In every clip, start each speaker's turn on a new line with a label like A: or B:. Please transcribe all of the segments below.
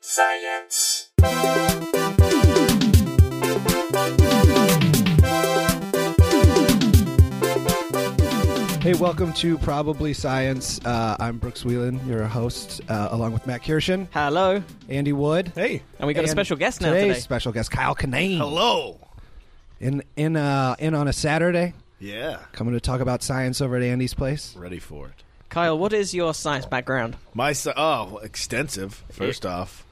A: science.
B: Hey, welcome to Probably Science. Uh, I'm Brooks Wheelan, your host, uh, along with Matt Kirshen,
C: Hello.
B: Andy Wood.
D: Hey.
C: And we got a special guest now
B: today's
C: today.
B: Special guest Kyle Kinane.
D: Hello.
B: In in uh, in on a Saturday,
D: Yeah.
B: coming to talk about science over at Andy's place.
D: Ready for it.
C: Kyle, what is your science background?
D: My si- oh, extensive. First off,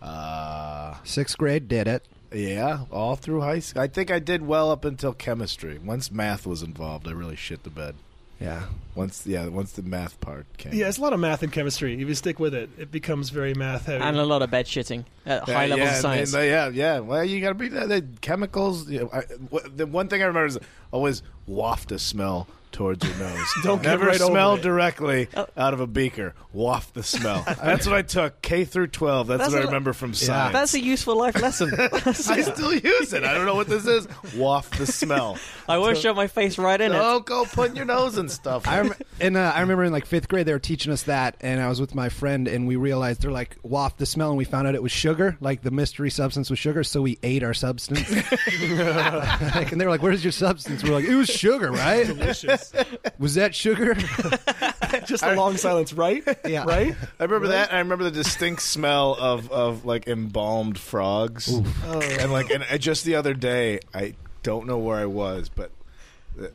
D: uh,
B: Sixth grade, did it.
D: yeah, all through high school. I think I did well up until chemistry. Once math was involved, I really shit the bed.
B: Yeah,
D: Once, yeah, once the math part came.
E: Yeah, it's a lot of math and chemistry. If you stick with it, it becomes very math heavy.
C: And a lot of bed shitting at
D: Yeah,
C: high levels
D: yeah,
C: of
D: and-
C: science.
D: and, uh, yeah, yeah. Well, you got to be the, the chemicals. You know, I, wh- the one thing I remember is always waft a smell towards your nose.
E: Don't get
D: ever
E: right over
D: smell
E: it.
D: directly out of a beaker. Waft the smell. That's what I took K through twelve. That's,
C: That's
D: what I
C: a-
D: remember from science.
C: That's a useful life lesson.
D: I still use it. I don't know what this is. Waft the smell.
C: I won't shove my face right in it.
D: Don't go putting your nose in stuff.
B: I rem- and uh, I remember in like fifth grade they were teaching us that, and I was with my friend, and we realized they're like waft the smell, and we found out it was sugar, like the mystery substance was sugar, so we ate our substance. Like, and they were like, "Where's your substance?" We're like, "It was sugar, right?
E: Delicious.
B: Was that sugar?"
E: Just a long silence, right?
B: Yeah.
E: Right?
D: I remember that. and I remember the distinct smell of, of like embalmed frogs. And like, and I, just the other day, I don't know where I was, but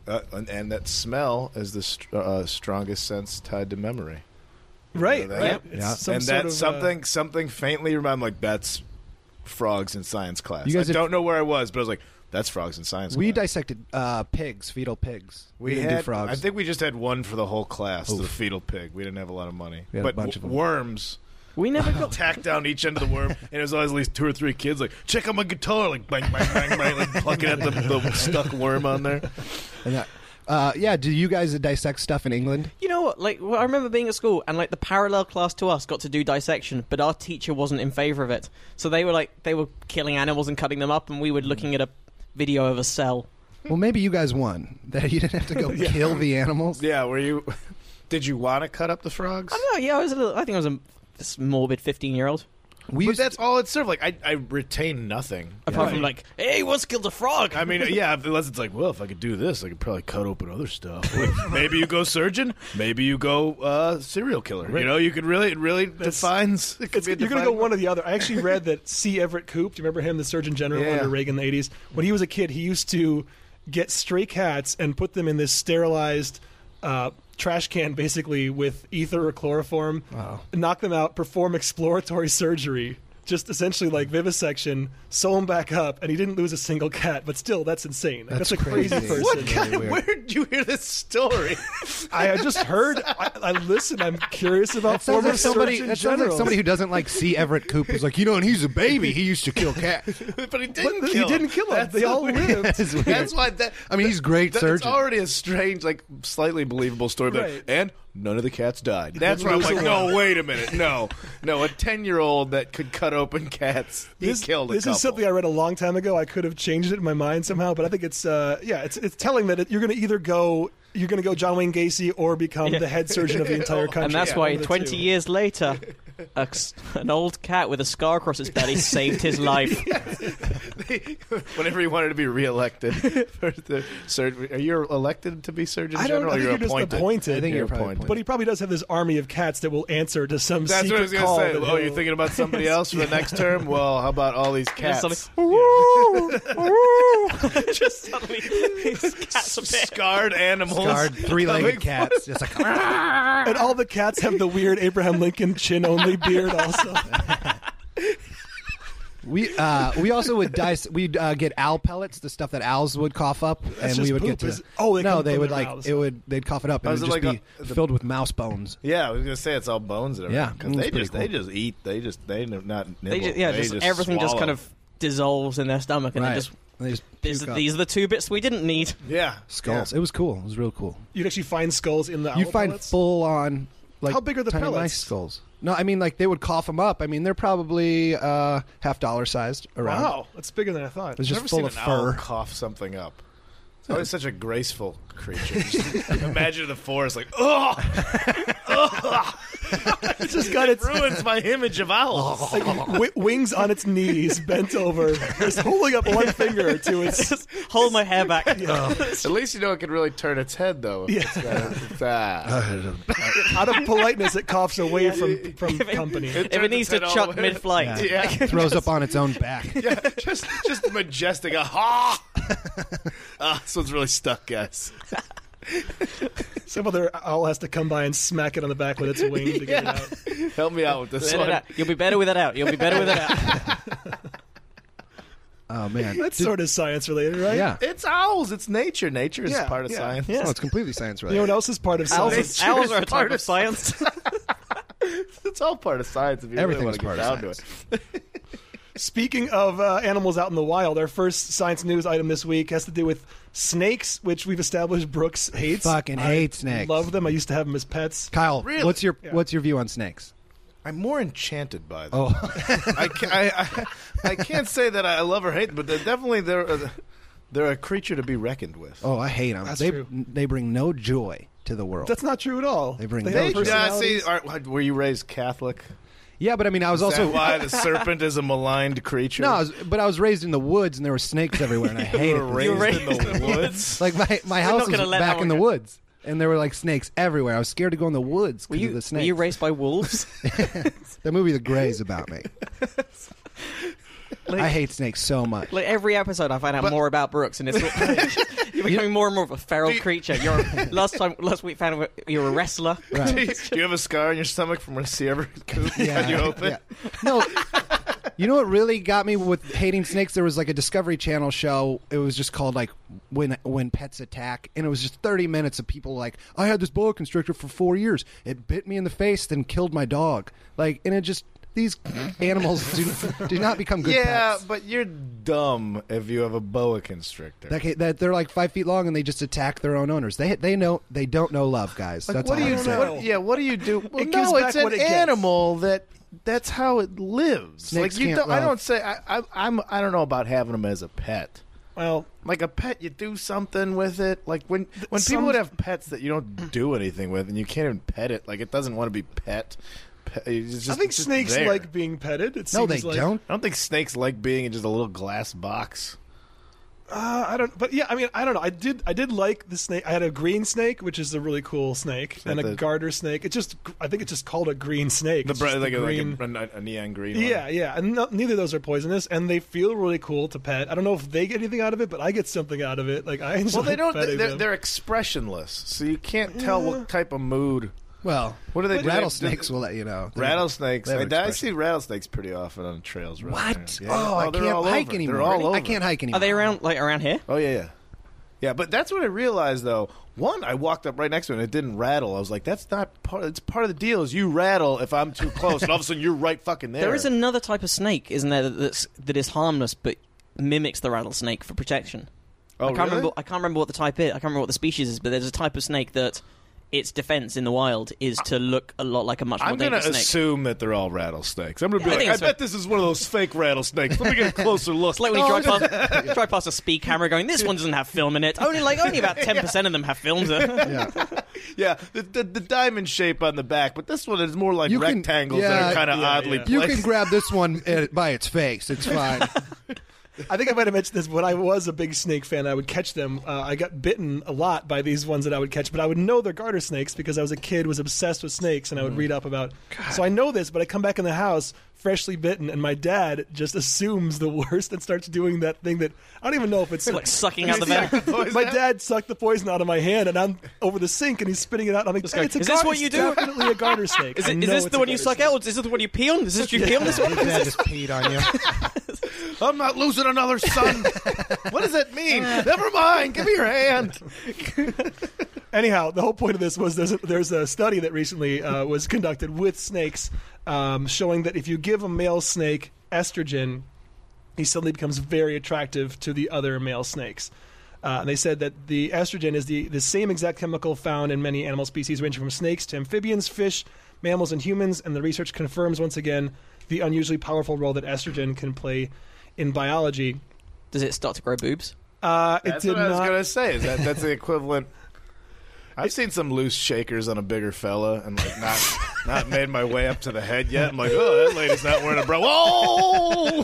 D: uh, and, and that smell is the str uh, strongest sense tied to memory.
E: Right.
D: Yeah.
E: right.
B: Yeah.
E: It's some
D: and
E: sort
D: that's
E: of, uh,
D: something something faintly remember. like, that's frogs in science class.
B: You guys
D: I
B: have-
D: don't know where I was, but I was like, that's frogs in science.
B: We
D: class.
B: dissected uh, pigs, fetal pigs.
D: We
B: didn't
D: had,
B: do frogs.
D: I think we just had one for the whole class, the
B: Oof.
D: fetal pig. We didn't have a lot of money,
B: We had a
D: but
B: bunch of them.
D: worms
C: We never got.
D: tacked down each end of the worm, and it was always at least two or three kids like, "Check out my guitar!" Like bang, bang, bang, bang, like plucking at the, the stuck worm on there.
B: And that- uh, yeah. Do you guys dissect stuff in England?
C: You know what? Like, well, I remember being at school, and like the parallel class to us got to do dissection, but our teacher wasn't in favor of it. So they were like, they were killing animals and cutting them up, and we were looking at a video of a cell.
B: Well, maybe you guys won. That you didn't have to go kill the animals.
D: Yeah, were you? Did you want to cut up the frogs?
C: Oh yeah, I was. A little, I think I was a s- morbid fifteen-year-old.
B: We
D: But
B: used
D: that's all it served. Like I, I retain nothing.
C: Apart from like, hey, once killed a frog.
D: I mean, yeah, unless it's like, well, if I could do this, I could probably cut open other stuff. maybe you go surgeon, maybe you go uh, serial killer. You know, you could really, it really defines. It could
E: It's,
D: be a
E: you're going to go
D: defining-
E: one or the other. I actually read that C. Everett Koop, do you remember him, the Surgeon General
D: Yeah.
E: under Reagan in the 80s? When he was a kid, he used to get stray cats and put them in this sterilized uh, trash can, basically, with ether or chloroform, knock them out, perform exploratory surgery. Just essentially like vivisection, sew them back up, and he didn't lose a single cat. But still, that's insane. Like,
B: That's
E: that's, a crazy,
B: crazy.
E: person.
D: What
B: Really
D: kind
B: weird.
D: where did you hear this story?
E: I I just heard. I, I listen. I'm curious about
B: sounds
E: former
B: like somebody.
E: Surgeon
B: That sounds like
E: Generals.
B: somebody who doesn't like see Everett Koop was like, you know, and he's a baby. He used to kill cats.
D: but he
E: But
D: didn't
E: he
D: kill him.
E: didn't kill them.
D: That's
E: They
D: the
E: all
D: weird-
E: lived.
B: That's weird.
D: That's why that.
B: I mean, he's a great
D: That, it's
B: surgeon.
D: already a strange, like slightly believable story, but
E: Right.
D: and none of the cats died. That's where I'm like, no, wait a minute, no, no, a ten-year-old that could cut open cats, he
E: This,
D: killed a
E: this
D: couple.
E: is something I read a long time ago. I could have changed it in my mind somehow, but I think it's uh, yeah, it's it's telling that it, you're going to either go you're going to go John Wayne Gacy or become
C: Yeah.
E: the head surgeon of the entire country.
C: And that's
E: Yeah,
C: why
E: one of the
C: 20
E: two.
C: years later, a s an old cat with a scar across its belly saved his life.
D: Whenever he wanted to be reelected for the surgery, are you elected to be surgeon
E: I don't
D: general? or
E: know. I think
D: you're
E: you're just
D: appointed.
E: appointed.
B: I think you're
D: You're
B: probably
D: appointed.
E: but he probably does have this army of cats that will answer to some
D: That's what I
E: secret
D: was
E: call.
D: going to
E: that
D: say. Oh, you're
E: he'll-
D: thinking about somebody else for the next term? Well, how about all these
C: Just
D: cats?
C: suddenly, just suddenly, his cat's a bit.
D: Scarred animals.
B: Guard three-legged
D: Coming
B: cats. Just like "Ah."
E: and all the cats have the weird Abraham Lincoln chin only beard. Also,
B: we uh, we also would dice. We'd uh, get owl pellets, the stuff that owls would cough up, and we
E: just
B: would
E: poop,
B: get to.
E: is- oh, they
B: no,
E: come
B: they
E: from
B: would
E: their
B: like
E: mouths.
B: it would. They'd cough it up, and
D: Oh,
B: it
D: is
B: would
D: it
B: just
D: like
B: be
D: a- the-
B: filled with mouse bones.
D: Yeah, I was gonna say it's all bones. And
B: Yeah,
D: everything, 'cause
B: mm,
D: they
B: it's
D: just
B: pretty
D: they just eat. They just they do not nibble.
C: They just, yeah,
D: They
C: just, everything just kind
D: swallow.
C: of dissolves in their stomach, and
B: right.
C: they just.
B: They just
C: These,
B: puke up.
C: these are the two bits we didn't need.
D: yeah
B: skulls. It was cool. It was real cool.
E: you'd actually find skulls in the.
B: you
E: owl
B: find
E: pellets.
B: full on like
E: How big are the
B: tiny
E: pellets?
B: mice skulls? No, I mean like they would cough them up. I mean they're probably uh, half dollar sized around.
E: Wow, that's bigger than I thought.
B: It's just
D: Yeah. Never
B: full
D: seen
B: of
D: an owl
B: fur.
D: cough something up. It's always such a graceful creature. Just imagine the forest like oh.
E: It's just got its
A: ruins my image of owls.
E: wi- wings on its knees, bent over, just holding up one finger to its.
C: Just hold my hair back.
D: At least you know it could really turn its head, though. if it's got- if that.
B: Uh,
E: Out of politeness, it coughs away from from company.
C: If it
D: turns
C: needs
D: its
C: to
D: head all
C: chuck
D: the way.
C: mid-flight,
D: yeah.
B: Throws up on its own back.
D: yeah, just just majestic. A ha! Ah, this one's really stuck, guys.
E: Some other owl has to come by and smack it on the back with its wing to get it out.
D: Help me out with this
C: Let it
D: one.
C: out. you'll be better with it out. You'll be better with it out.
B: Oh man,
E: That's
B: Did-
E: sort of science related, right?
B: yeah.
D: It's owls. It's nature. Nature is
E: Yeah,
D: part of
E: yeah,
D: science.
E: yeah.
B: Oh, it's completely science
E: You know what
B: related.
E: else is part of
C: Owls,
E: science?
C: is-
D: Nature
C: owls
D: is
C: are a type
D: part
C: of
D: of
C: science.
D: It's all part of science. If you
B: Everything
D: really
B: is
D: want to get
B: part of
D: down
B: science.
D: to it.
E: Speaking of uh, animals out in the wild, our first science news item this week has to do with snakes, which we've established Brooks hates.
B: Fucking
E: I
B: hate snakes.
E: Love them. I used to have them as pets.
B: Kyle,
D: Really?
B: what's your
E: Yeah.
B: what's your view on snakes?
D: I'm more enchanted by them.
B: Oh,
D: I, can, I, I I can't say that I love or hate, them, but they're definitely they're a, they're a creature to be reckoned with.
B: oh, I hate them.
E: That's
B: they
E: true.
B: they bring no joy to the world.
E: That's not true at all.
B: They bring
E: have
D: They,
B: no
D: yeah, see,
E: personalities.
D: all right, were you raised Catholic?
B: yeah, but I mean, I was
D: Also,
B: also
D: why the serpent is a maligned creature?
B: no, I was, but I was raised in the woods and there were snakes everywhere, and I
D: you
B: hated
D: were
B: them.
D: raised,
C: raised in
D: in the woods.
B: Like my my
C: not
B: house was
C: gonna let that
B: back in
C: one
B: the
C: go.
B: woods, and there were like snakes everywhere. I was scared to go in the woods
C: Were
B: because of
C: you,
B: the
C: were
B: snakes.
C: you raised by wolves?
B: that movie The Grey's about me.
C: Like-
B: I hate snakes so much.
C: Like every episode, I find out
D: But-
C: more about Brooks, and it's you're becoming more and more of a feral
D: Do you-
C: creature. You're last time last week found out you're a wrestler.
D: do,
B: Right.
D: you, do you have a scar on your stomach from when she ever cut you open?
B: yeah. No. You know what really got me with hating snakes? There was like a Discovery Channel show. It was just called like "When When Pets Attack," and it was just thirty minutes of people like, "I had this boa constrictor for four years. It bit me in the face, then killed my dog." Like, and it just these animals do, do not become good
D: Yeah,
B: pets.
D: but you're dumb if you have a boa constrictor.
B: That, ca- that they're like five feet long and they just attack their own owners. They they know they don't know love, guys. That's
D: what
B: all
D: do you
B: I'm saying.
E: know?
D: What, yeah, what do you do? Well,
E: It gives
D: no,
E: back
D: it's an
E: what it gets.
D: animal that that's how it lives.
B: Snakes
D: like you
B: can't
D: don't, I
B: love.
D: don't say I, I I'm I don't know about having them as a pet.
E: well,
D: Like a pet, you do something with it. Like when when
E: some-
D: people would have pets that you don't do anything with, and you can't even pet it. Like it doesn't want to be pet. pet it's just,
E: I think
D: it's just
E: snakes
D: there.
E: like being petted. It
B: No, they
E: seems like-
B: don't.
D: I don't think snakes like being in just a little glass box.
E: Uh, I don't. But yeah, I mean, I don't know. I did. I did like the snake. I had a green snake, which is a really cool snake,
D: that
E: and a
D: the-
E: garter snake. It's just. I think it's just called a green snake.
D: The
E: It's
D: br-
E: just
D: like, a, like
E: green-
D: a, a, a neon green. one.
E: Yeah, yeah, and no, neither of those are poisonous, and they feel really cool to pet. I don't know if they get anything out of it, but I get something out of it. Like I enjoy
D: Well, they don't.
E: petting
D: They're,
E: them.
D: they're expressionless, so you can't tell what type of mood.
B: Well,
D: What do they do?
B: rattlesnakes will let you know. They-
D: Rattlesnakes.
B: they have
D: I, I
B: expression.
D: see rattlesnakes pretty often on trails. Right
B: What?
D: there. Yeah.
B: Oh, I
D: they're
B: can't
D: all
B: hike
D: over.
B: anymore.
D: They're all over.
B: I can't hike anymore.
C: Are Oh, they around like around here?
D: Oh yeah, yeah, yeah. But that's what I realized though. One, I walked up right next to it and it didn't rattle. I was like, that's not part. It's part of the deal. Is you rattle if I'm too close, and all of a sudden you're right fucking there.
C: There is another type of snake, isn't there? that- That's that is harmless but mimics the rattlesnake for protection. I
D: Oh,
C: can't
D: really?
C: remember. I can't remember what the type is. I can't remember what the species is, but there's a type of snake that its defense in the wild is to look a lot like a much more
D: I'm gonna
C: dangerous snake.
D: assume that they're all rattlesnakes. I'm gonna
C: Yeah, I
D: be
C: think
D: like, I
C: it's
D: bet this is one of those fake rattlesnakes. Let me get a closer look.
C: It's like when you drive past, drive past a speed camera, going, "This one doesn't have film in it. Only like only about ten percent of them have films." in it."
D: Yeah, the, the, the diamond shape on the back, but this one is more like
B: You can-
D: rectangles
B: yeah,
D: that are kind of
E: yeah,
D: oddly
E: yeah.
B: You
D: placed.
B: can grab this one uh, by its face. It's fine.
E: I think I might have mentioned this. When I was a big snake fan, I would catch them. Uh, I got bitten a lot by these ones that I would catch, but I would know they're garter snakes because I was a kid, was obsessed with snakes, and I would
C: Mm.
E: read up about. So I know this, but I come back in the house freshly bitten, and my dad just assumes the worst and starts doing that thing that I don't even know if it's
C: like sucking out the venom.
E: my dad sucked the poison out of my hand, and I'm over the sink, and he's spitting it out. And I'm like, "Hey,
C: go,
E: it's a
C: "Is this
E: garter-
C: what you
E: it's
C: do?"
E: Definitely a garter snake.
C: Is,
E: I
C: it, is
E: know
C: this
E: it's
C: the
E: a
C: one you
E: garter
C: suck
E: snake.
C: out? Is this the one you pee on? Is this you pee on this one?
B: Your dad just peed on you.
D: I'm not losing another son. what does that mean? Never mind. Give me your hand.
E: Anyhow, the whole point of this was there's a, there's a study that recently uh, was conducted with snakes, um, showing that if you give a male snake estrogen, he suddenly becomes very attractive to the other male snakes. Uh, and they said that the estrogen is the, the same exact chemical found in many animal species, ranging from snakes to amphibians, fish, mammals, and humans. And the research confirms once again the unusually powerful role that estrogen can play in biology.
C: Does it start to grow boobs?
E: Uh,
D: That's
E: it did
D: what I was
E: not.
D: gonna say. Is that that's the equivalent? I've seen some loose shakers on a bigger fella, and like not not made my way up to the head yet. I'm like, oh, that lady's not wearing a bra. Whoa!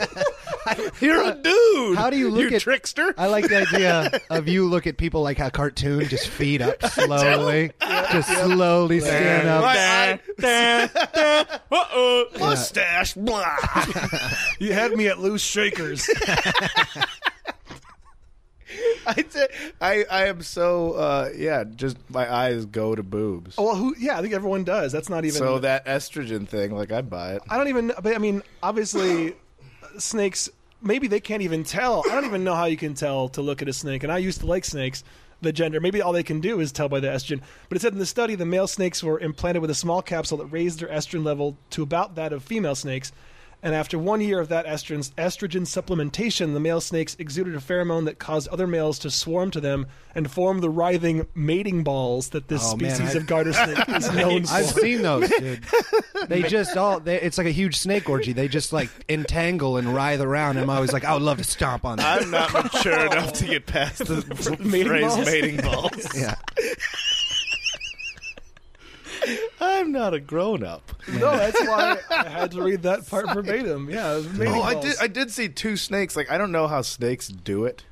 D: You're a dude.
B: How do you look
D: you
B: at-
D: trickster?
B: I like the idea of you look at people like a cartoon, just feet up slowly, just slowly stand up.
D: My
A: Uh-oh.
D: eye- mustache. Blah.
E: You had me at loose shakers.
D: I, t- I I am so uh, yeah. Just my eyes go to boobs.
E: Oh, well, who? Yeah, I think everyone does. That's not even.
D: so that estrogen thing, like I buy it.
E: I don't even. But I mean, obviously, snakes. Maybe they can't even tell. I don't even know how you can tell to look at a snake. And I used to like snakes. The gender. Maybe all they can do is tell by the estrogen. But it said in the study, the male snakes were implanted with a small capsule that raised their estrogen level to about that of female snakes. And after one year of that estrogen, estrogen supplementation, the male snakes exuded a pheromone that caused other males to swarm to them and form the writhing mating balls that this
B: Oh, man,
E: species
B: I-
E: of garter snake is known for.
B: I've seen those, dude. They just all, they, it's like a huge snake orgy. They just like entangle and writhe around. I'm always like, I would love to stomp on that.
D: I'm not mature enough to get past the
E: Mating
D: phrase
E: balls?
D: mating balls.
B: Yeah.
D: I'm not a grown up.
E: No, that's why I had to read that part verbatim. Yeah, it was mating
D: Oh, I
E: balls.
D: did. I did see two snakes. Like I don't know how snakes do it.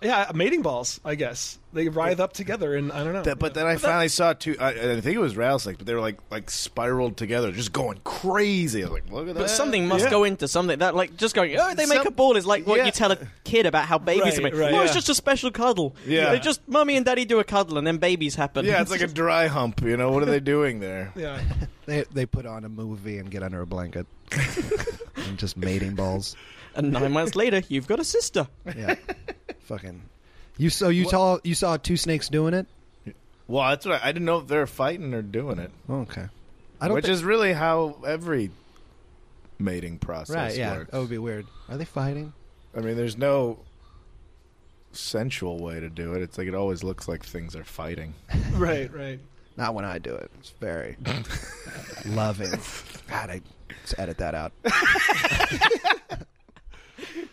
E: yeah, mating balls. I guess they writhe up together, and I don't know.
D: That, but then I finally saw two. I, I think it was rattlesnakes, but they were like like spiraled together, just going crazy. I was like, look at that.
C: But something must
E: yeah.
C: go into something that, like, just going, oh, they make
D: Uh, Some-
C: a ball is like what
D: yeah.
C: you tell a kid about how babies
E: Right,
C: are made.
E: right,
C: oh, it's
E: yeah.
C: just a special cuddle.
D: Yeah.
C: They just mummy and daddy do a cuddle, and then babies happen.
D: Yeah, it's like a dry hump. You know what are they doing there?
E: yeah,
B: They, they put on a movie and get under a blanket and just mating balls.
C: and nine months later, you've got a sister.
B: Yeah. Fucking. You so you saw you saw two snakes doing it?
D: Well, that's what I, I didn't know if they were fighting or doing it,
B: Oh, okay. I don't
D: which
B: think,
D: is really how every mating process
B: right. Yeah,
D: works.
B: that would be weird. Are they fighting?
D: I mean, there's no sensual way to do it. It's like it always looks like things are fighting.
E: right, right.
B: Not when I do it. It's very loving. God, I let's edit that out.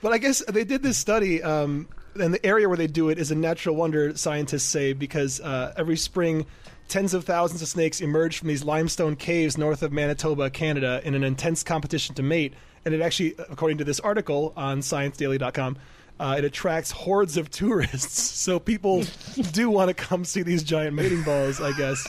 E: But I guess they did this study, um, and the area where they do it is a natural wonder, scientists say, because uh, every spring, tens of thousands of snakes emerge from these limestone caves north of Manitoba, Canada, in an intense competition to mate. And it actually, according to this article on ScienceDaily.com, uh, it attracts hordes of tourists. So people do want to come see these giant mating balls, I guess.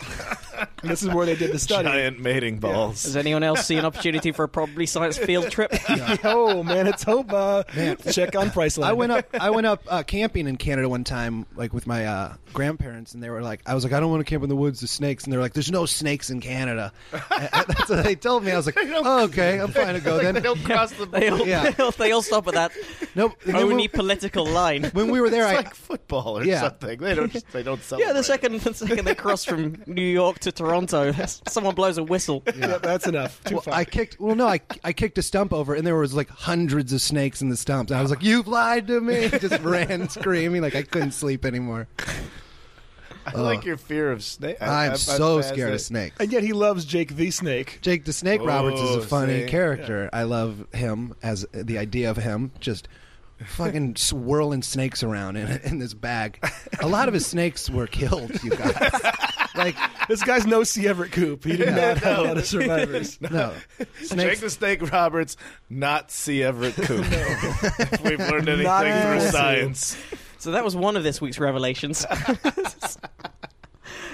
E: And this is where they did the study.
D: Giant mating balls.
C: Does anyone else see an opportunity for a probably science field trip?
E: Yo, Manitoba! Check on Priceline.
B: I went up. I went up uh, camping in Canada one time, like with my uh, grandparents, and they were like, "I was like, I don't want to camp in the woods. The snakes." And they're like, "There's no snakes in Canada." And- and that's what they told me. I was like, oh, "Okay, I'm fine to go then."
D: Don't cross the
C: They all,
B: Yeah.
C: they all, they all stop at that
B: Nope. And then
C: only
B: when,
C: political line.
B: when we were there,
D: It's
B: I,
D: like football or
B: Yeah.
D: something. They don't. They don't celebrate.
C: Yeah, the second the second they cross from New York to Toronto, someone blows a whistle.
E: Yeah, that's enough. Too
B: well,
E: far.
B: I kicked. Well, no, I, I kicked a stump over, and there was like hundreds of snakes in the stumps. And I was like, "You've lied to me!" Just ran screaming, like I couldn't sleep anymore.
D: I like your fear of snake. I-
B: I'm
D: I-
B: so
D: I'm fast
B: scared
D: at-
B: of snakes.
E: And yet he loves Jake the Snake.
B: Jake the Snake Roberts is
D: Oh,
B: a funny
D: see?
B: character. I love him as the idea of him just fucking swirling snakes around in, in this bag. A lot of his snakes were killed, you guys. Like,
E: This guy's no C. Everett Koop. He did not have a lot of survivors.
B: no.
D: Jake
B: Snakes,
D: the Snake Roberts, not C. Everett Koop. If We've learned anything
E: Not
D: through
E: impressive.
D: science.
C: So that was one of this week's revelations.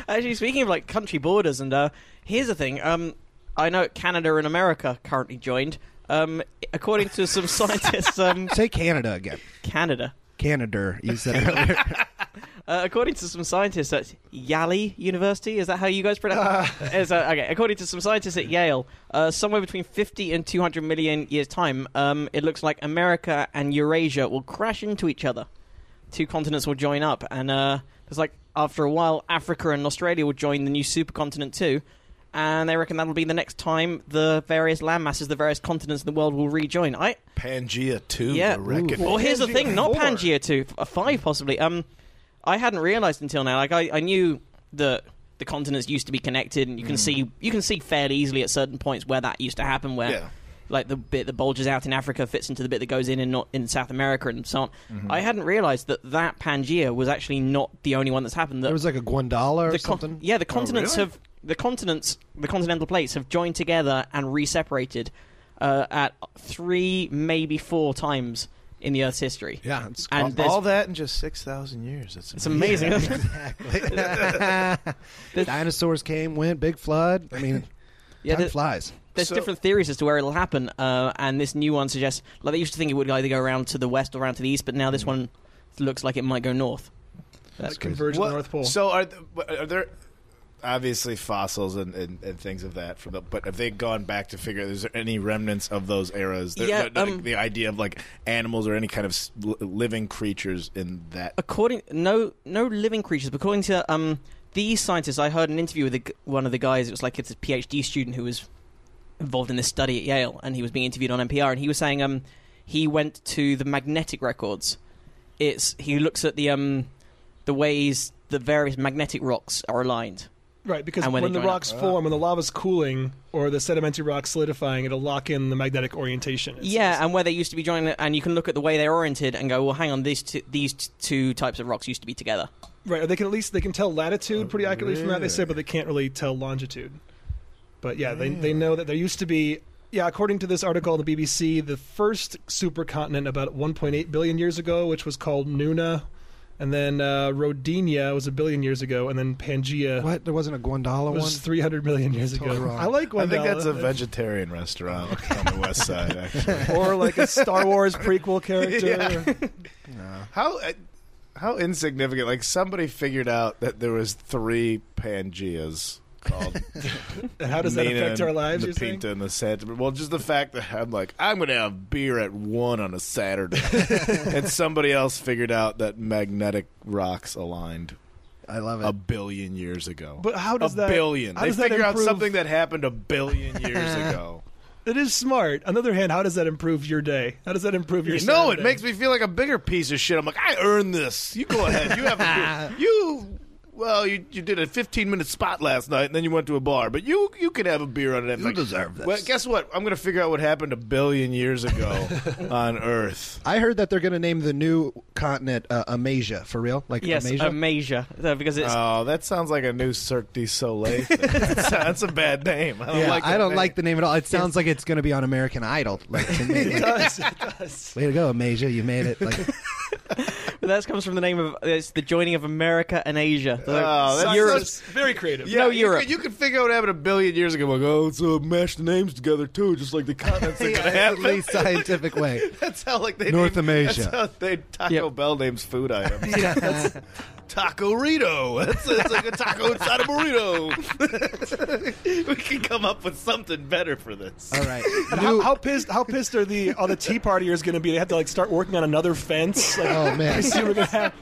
C: Actually, speaking of like country borders, and uh, here's the thing. Um, I know Canada and America currently joined. Um, according to some scientists, um,
B: say Canada again.
C: Canada.
B: Canada, you said earlier.
C: Uh, according to some scientists at Yale University, is that how you guys pronounce it? Is that- okay, according to some scientists at Yale, uh, somewhere between 50 and 200 million years' time, um, it looks like America and Eurasia will crash into each other. Two continents will join up, and uh, it's like after a while, Africa and Australia will join the new supercontinent too. And they reckon that'll be the next time the various land masses, the various continents in the world will rejoin. I
D: Pangea 2,
C: yeah.
D: I reckon.
C: Well, here's the
E: Pangea
C: thing: not
E: four.
C: Pangea two, f- uh, five possibly. Um, I hadn't realized until now. Like I, I knew that the continents used to be connected, and you can see you can see fairly easily at certain points where that used to happen. Where
D: Yeah.
C: like the bit that bulges out in Africa fits into the bit that goes in in, Nor- in South America and so on. I hadn't realized that that Pangea was actually not the only one that's happened. That
B: There was like a Guandala or
C: the con-
B: something. Oh,
C: yeah, the continents
D: really?
C: have the continents, the continental plates, have joined together and reseparated uh, at three, maybe four times in the Earth's history.
B: Yeah, it's
C: And
D: all,
C: there's-
D: all that in just six thousand years. That's
C: It's amazing.
B: Dinosaurs came, went, big flood. I mean,
C: Yeah,
B: time
C: there-
B: flies.
C: There's
D: So-
C: different theories as to where it'll happen, uh, and this new one suggests like they used to think it would either go around to the west or around to the east, but now
B: Hmm.
C: this one looks like it might go north.
E: That converge at the
D: What-
E: North Pole.
D: So are th- but are there obviously fossils and, and, and things of that from the but have they gone back to figure is there any remnants of those eras There-
C: Yeah,
D: like, like,
C: um,
D: the idea of like animals or any kind of s- li- living creatures in that
C: According no no living creatures, but according to um these scientists, I heard an interview with the, g- one of the guys. It was like it's a PhD student who was involved in this study at Yale, and he was being interviewed on NPR, and he was saying um he went to the magnetic records. It's he looks at the um the ways the various magnetic rocks are aligned.
E: right, because
C: and when
E: when,
C: they
E: the
C: join up-
E: rocks form, when the lava's cooling or the sedimentary rock solidifying, it'll lock in the magnetic orientation. It's-
C: Yeah, and where they used to be joined, and you can look at the way they're oriented and go, well, hang on, these two, these t- two types of rocks used to be together.
E: Right. Or they can at least they can tell latitude pretty accurately from that they say, but they can't really tell longitude. But yeah, they they know that there used to be yeah, according to this article on the BBC, the first supercontinent about 1.8 billion years ago, which was called Nuna, and then uh, Rodinia was a billion years ago, and then Pangea
B: What? There wasn't a Guandala one?
E: was 300 million years ago.
B: Totally wrong.
E: I like
D: I
E: Wendell.
D: think that's a vegetarian restaurant on the west side actually
E: or like a Star Wars prequel character.
D: how uh, how insignificant like somebody figured out that there was three pangeas called
E: And How does that
D: Nina
E: affect our
D: and
E: lives?
D: The
E: you're saying?
D: Pinta and the Santa. Well, just the fact that I'm like, I'm going to have beer at one on a Saturday, and somebody else figured out that magnetic rocks aligned
B: I love
D: a
B: it.
D: billion years ago.
E: But how
D: a
E: does that
D: billion?
E: How
D: They
E: does that
D: figure out
E: improve-
D: something that happened a billion years ago.
E: It is smart. On the other hand, how does that improve your day? How does that improve your?
D: no, it
E: Saturday?
D: makes me feel like a bigger piece of shit. I'm like, I earned this. You go ahead. You have a beer. You. Well, you, you did a 15 minute spot last night, and then you went to a bar. But you you could have a beer on it. You
B: deserve
D: Well,
B: this.
D: guess what? I'm going to figure out what happened a billion years ago on Earth.
B: I heard that they're going to name the new continent uh, Amasia for real. Like
C: Yes,
B: Amasia.
C: Amasia, uh, because it's
D: Oh, that sounds like a new Cirque du Soleil. thing. That's a bad name. I don't
B: yeah,
D: like.
B: I
D: that
B: don't
D: name.
B: like the name at all. It sounds like it's going to be on American Idol. Like, to me.
E: It does. It does.
B: way to go, Amasia! You made it. Like,
C: that comes from the name of it's the joining of America and Asia. So,
D: Oh, that's
C: Europe-
D: such-
E: Very creative.
D: Yeah,
C: No,
D: you
C: Europe.
D: Could, you could figure out what happened a billion years ago. Like, oh, let's uh, mash the names together too, just like the continents are going to
B: at
D: happen.
B: least scientific way.
D: That's how like they
B: North
D: name,
B: Amasia.
D: That's how they Taco
C: Yep.
D: Bell names food items. yeah, that's Taco Rito. That's it's like a taco inside a burrito. we can come up with something better for this.
B: All right,
E: How, how pissed? How pissed are the all the Tea Partiers going to be? They have to like start working on another fence. Like,
B: Oh man,
E: see what we're gonna have.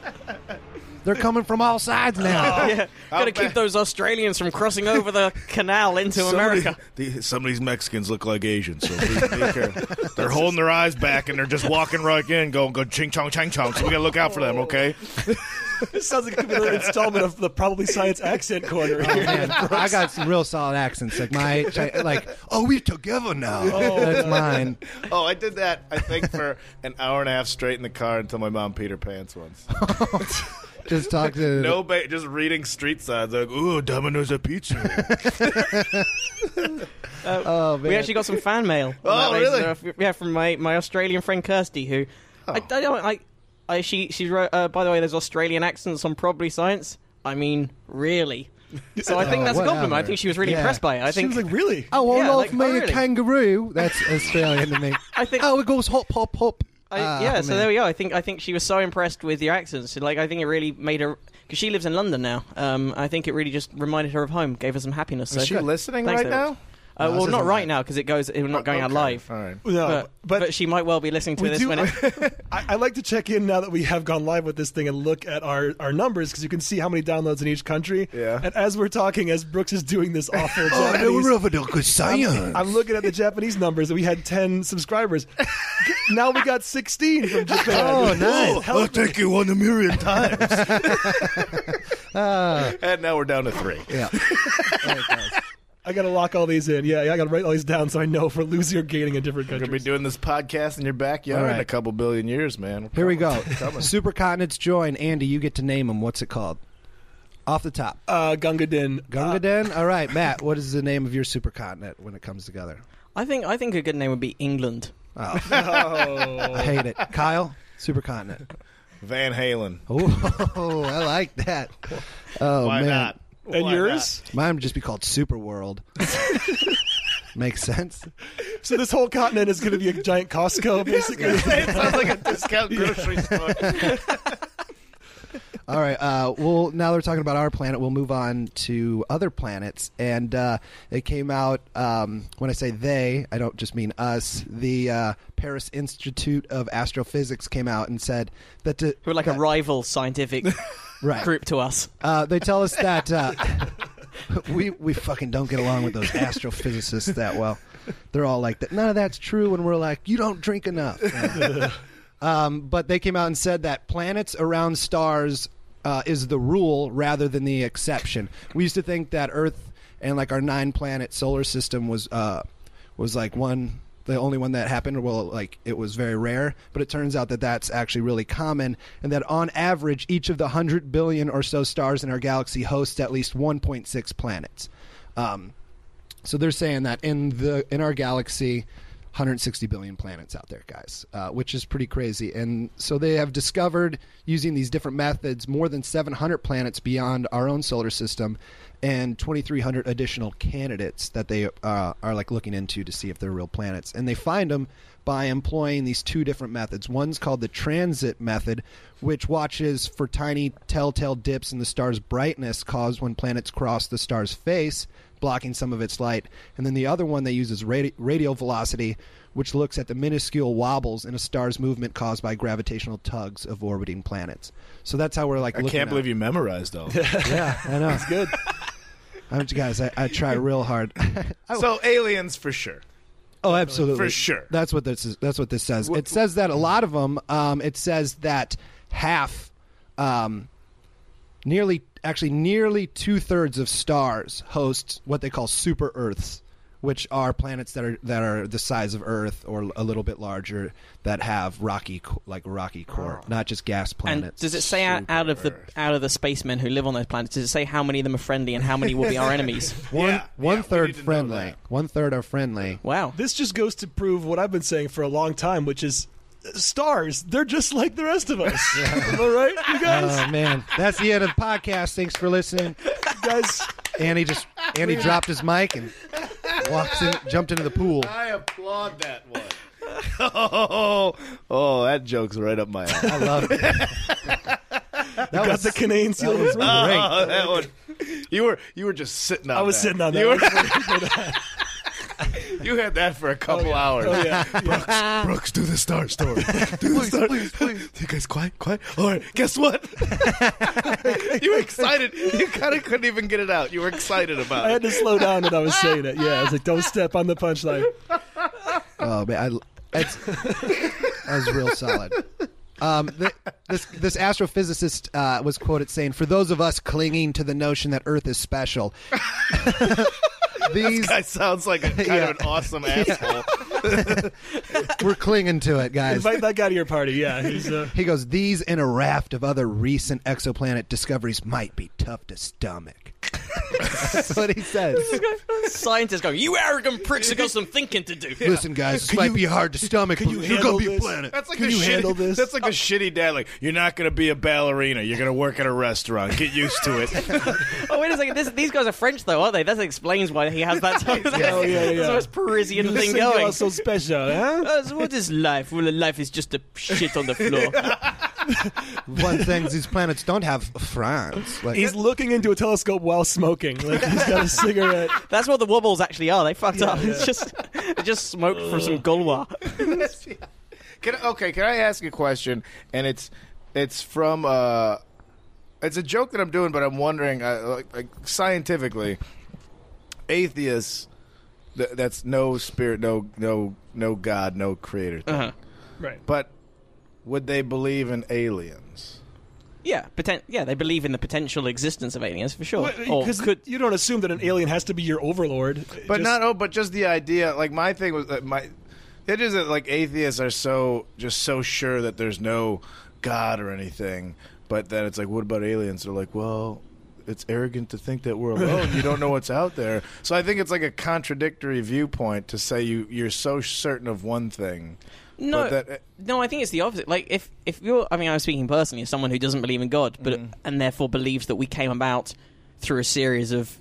B: they're coming from all sides now.
C: yeah,
D: Oh,
C: gotta keep
D: bad-
C: those Australians from crossing over the canal into America.
D: some of these Mexicans look like Asians, so please be careful. They're holding their eyes back and they're just walking right in, going go ching chong chang chong. So we gotta look out for them, okay?
E: This sounds like it could be another installment of the Probably Science Accent Corner. here.
B: Oh, Man, I got some real solid accents. Like my, chi- like, oh, we together now. That's mine.
D: Oh, I did that. I think for an hour and a half straight in the car until my mom peed her pants once.
B: Just talk to
D: No, ba- just reading street signs like, "Ooh, Domino's a pizza."
B: Oh man,
C: We actually got some fan mail. on
D: Oh,
C: that basis.
D: really? Oh.
C: Uh, f- Yeah, from my, my Australian friend Kirsty, who I, I don't I, I she she wrote. Uh, by the way, there's Australian accents on Probably Science. I mean, really. So I think
B: Oh,
C: that's a compliment.
B: whatever.
C: I think she was really
B: Yeah.
C: impressed by it. I
E: She
C: think
E: was like, really?
B: Oh, I
C: Yeah,
B: love
C: like,
B: me a
C: really.
B: kangaroo. That's Australian to me.
C: I think-
B: Oh, it goes hop, hop, hop.
C: I,
B: Ah,
C: yeah, so
B: man.
C: there we go. I think I think she was so impressed with your accents. So, Like I think it really made her because she lives in London now. Um, I think it really just reminded her of home, gave her some happiness. So.
D: Is she listening
C: Thanks
D: right
C: very
D: now?
C: much. Uh,
B: this
C: well, not
B: isn't
C: right
B: live.
C: now because it goes. We're not going out
D: Okay.
C: live.
D: All right.
E: No,
C: But, but, she might well be listening to
E: we
C: this
E: do.
C: when
E: I,
C: it,
E: I like to check in now that we have gone live with this thing and look at our, our numbers because you can see how many downloads in each country.
D: Yeah.
E: And as we're talking, as Brooks is doing this awful Japanese, I'm, I'm looking at the Japanese numbers and we had 10 subscribers. now we got 16 from Japan.
B: Oh, nice.
E: Help me.
D: you one a million times. and now we're down to three.
B: Ah. Yeah. There it goes.
E: I got to lock all these in. Yeah, yeah, I got to write all these down so I know if we're losing or gaining in different
D: We're
E: countries.
D: gonna be doing this podcast in your backyard
B: All
D: in a
B: right.
D: couple billion years, man.
B: Here we go. Supercontinents join. Andy, you get to name them. What's it called? off the top.
E: Uh, Gunga Din.
B: Gunga
E: Uh,
B: Din. All right, Matt. What is the name of your supercontinent when it comes together?
C: I think I think a good name would be England.
B: Oh, I hate it. Kyle, supercontinent.
D: Van Halen.
B: Oh, I like that. Oh
A: Why
B: man,
A: not?
E: and
A: Why
E: yours?
B: mine would just be called Super World. Makes sense.
E: So this whole continent is going to be a giant Costco, basically.
A: not? it sounds like a discount grocery store.
B: All right. Uh, well, now that we're talking about our planet, we'll move on to other planets. And uh, it came out um, when I say they, I don't just mean us. The uh, Paris Institute of Astrophysics came out and said that to,
C: Who are like a rival scientific
B: right.
C: group to us.
B: Uh, they tell us that uh, we we fucking don't get along with those astrophysicists that well. They're all like that. None of that's true, and we're like, you don't drink enough. um, but they came out and said that planets around stars uh, is the rule rather than the exception. We used to think that Earth and like our nine planet solar system was uh, was like one. The only one that happened, well, like it was very rare, but it turns out that that's actually really common, and that on average, each of the 100 billion or so stars in our galaxy hosts at least 1.6 planets. Um, so they're saying that in the in our galaxy, 160 billion planets out there, guys, uh, which is pretty crazy. And so they have discovered using these different methods more than 700 planets beyond our own solar system, and 2,300 additional candidates that they uh, are like looking into to see if they're real planets. And they find them by employing these two different methods. One's called the transit method, which watches for tiny telltale dips in the star's brightness caused when planets cross the star's face blocking some of its light. And then the other one they use is radi- radial velocity, which looks at the minuscule wobbles in a star's movement caused by gravitational tugs of orbiting planets. So that's how we're like.
D: I can't believe you memorized all. That.
B: Yeah, I know. It's good. I'm, guys, I, I try real hard.
D: so aliens for sure.
B: Oh, absolutely,
D: For sure. Mm-hmm.
B: That's what this is. That's what this says. it says that a lot of them. Um, it says that half, um, nearly, actually, nearly two thirds of stars host what they call super Earths, which are planets that are that are the size of Earth or a little bit larger that have rocky, co- like rocky core,
D: Oh.
B: not just gas planets.
C: And does it say out, out of the out of the spacemen who live on those planets? Does it say how many of them are friendly and how many will be our enemies?
B: One,
D: Yeah,
B: one
D: yeah, we
B: third
D: need to know
B: friendly.
D: that.
B: One third are friendly.
C: Wow.
E: This just goes to prove what I've been saying for a long time, which is uh, stars. They're just like the rest of us. Am I right, you guys?
B: Oh man, that's the end of the podcast. Thanks for listening.
E: You guys,
B: Andy just Andy dropped his mic and walks in, jumped into the pool.
D: I applaud that one. oh, oh, that joke's right up my alley.
B: I love it. That
E: got
B: was,
E: the Uh-huh. Canadian seal of approval.
B: great.
D: Oh, that one. You were you were just sitting on.
E: I was
D: that.
E: sitting on that.
D: You,
E: I
D: were-
E: was waiting for that.
D: you had that for a couple hours.
E: Oh, yeah. yeah.
D: Brooks, do the star story. Do the star. Please, please. You guys, quiet, quiet. All right, guess what? you were excited. You kind of couldn't even get it out. You were excited about
E: I
D: it.
E: had to slow down when I was saying it. Yeah, I was like, don't step on the punchline.
B: Oh man, I, that's, that was real solid. Um, th this this astrophysicist uh, was quoted saying, "For those of us clinging to the notion that Earth is special, these
D: That sounds like a kind
B: Yeah.
D: of an awesome asshole.
B: we're clinging to it, guys."
E: Invite that guy to your party. Yeah, he's uh,
B: He goes, "These and a raft of other recent exoplanet discoveries might be tough to stomach." that's what he says.
C: Scientists go, you arrogant pricks have got some thinking to do.
B: Listen, guys, this might be hard to stomach, but
E: you
B: you're
E: handle
B: gonna be a
E: this?
B: planet.
D: That's like
E: Can
D: the
E: you
D: shitty,
E: handle this?
D: That's like the shitty dad. Like you're not going to be a ballerina. You're going to work at a restaurant. Get used to it.
C: Oh, wait a second. This, these guys are French, though, aren't they? That explains why he has that type of
E: yeah, yeah, yeah.
C: That's the most Parisian thing
E: Listen,
C: going.
E: You are so special, huh?
C: Uh, so what is life? Well, life is just a shit on the floor.
B: One thing these planets don't have France. Like,
E: He's looking into a telescope while smoking. Like he's got a cigarette.
C: That's what the wobbles actually are. They fucked up. It's just, it's just smoke from some Gaulois.
D: Can I- okay, can I ask a question? And it's it's from uh, it's a joke that I'm doing, but I'm wondering, uh, like, like scientifically, atheists. Th- that's no spirit, no no no God, no creator. Thing.
E: Right.
D: But would they believe in aliens?
C: Yeah, poten- yeah, they believe in the potential existence of aliens for sure. Or
E: Because
C: Oh, could
E: you don't assume that an alien has to be your overlord.
D: But
E: Just-
D: not oh, but just the idea. Like my thing was that my it is that like atheists are so just so sure that there's no God or anything, but then it's like, what about aliens? They're like, well, it's arrogant to think that we're alone. you don't know what's out there. So I think it's like a contradictory viewpoint to say you you're so certain of one thing.
C: No,
D: but that- uh,
C: no, I think it's the opposite. Like if if you're, I mean, I'm speaking personally as someone who doesn't believe in God, but
D: Mm.
C: and therefore believes that we came about through a series of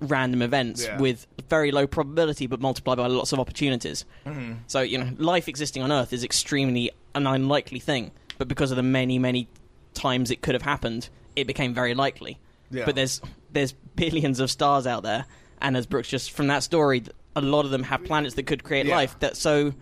C: random events
D: Yeah.
C: with very low probability, but multiplied by lots of opportunities.
D: Mm-hmm.
C: So you know, life existing on Earth is extremely an unlikely thing, but because of the many many times it could have happened, it became very likely.
D: Yeah.
C: But there's there's billions of stars out there, and as Brooks just from that story, a lot of them have planets that could create
D: Yeah.
C: life. That so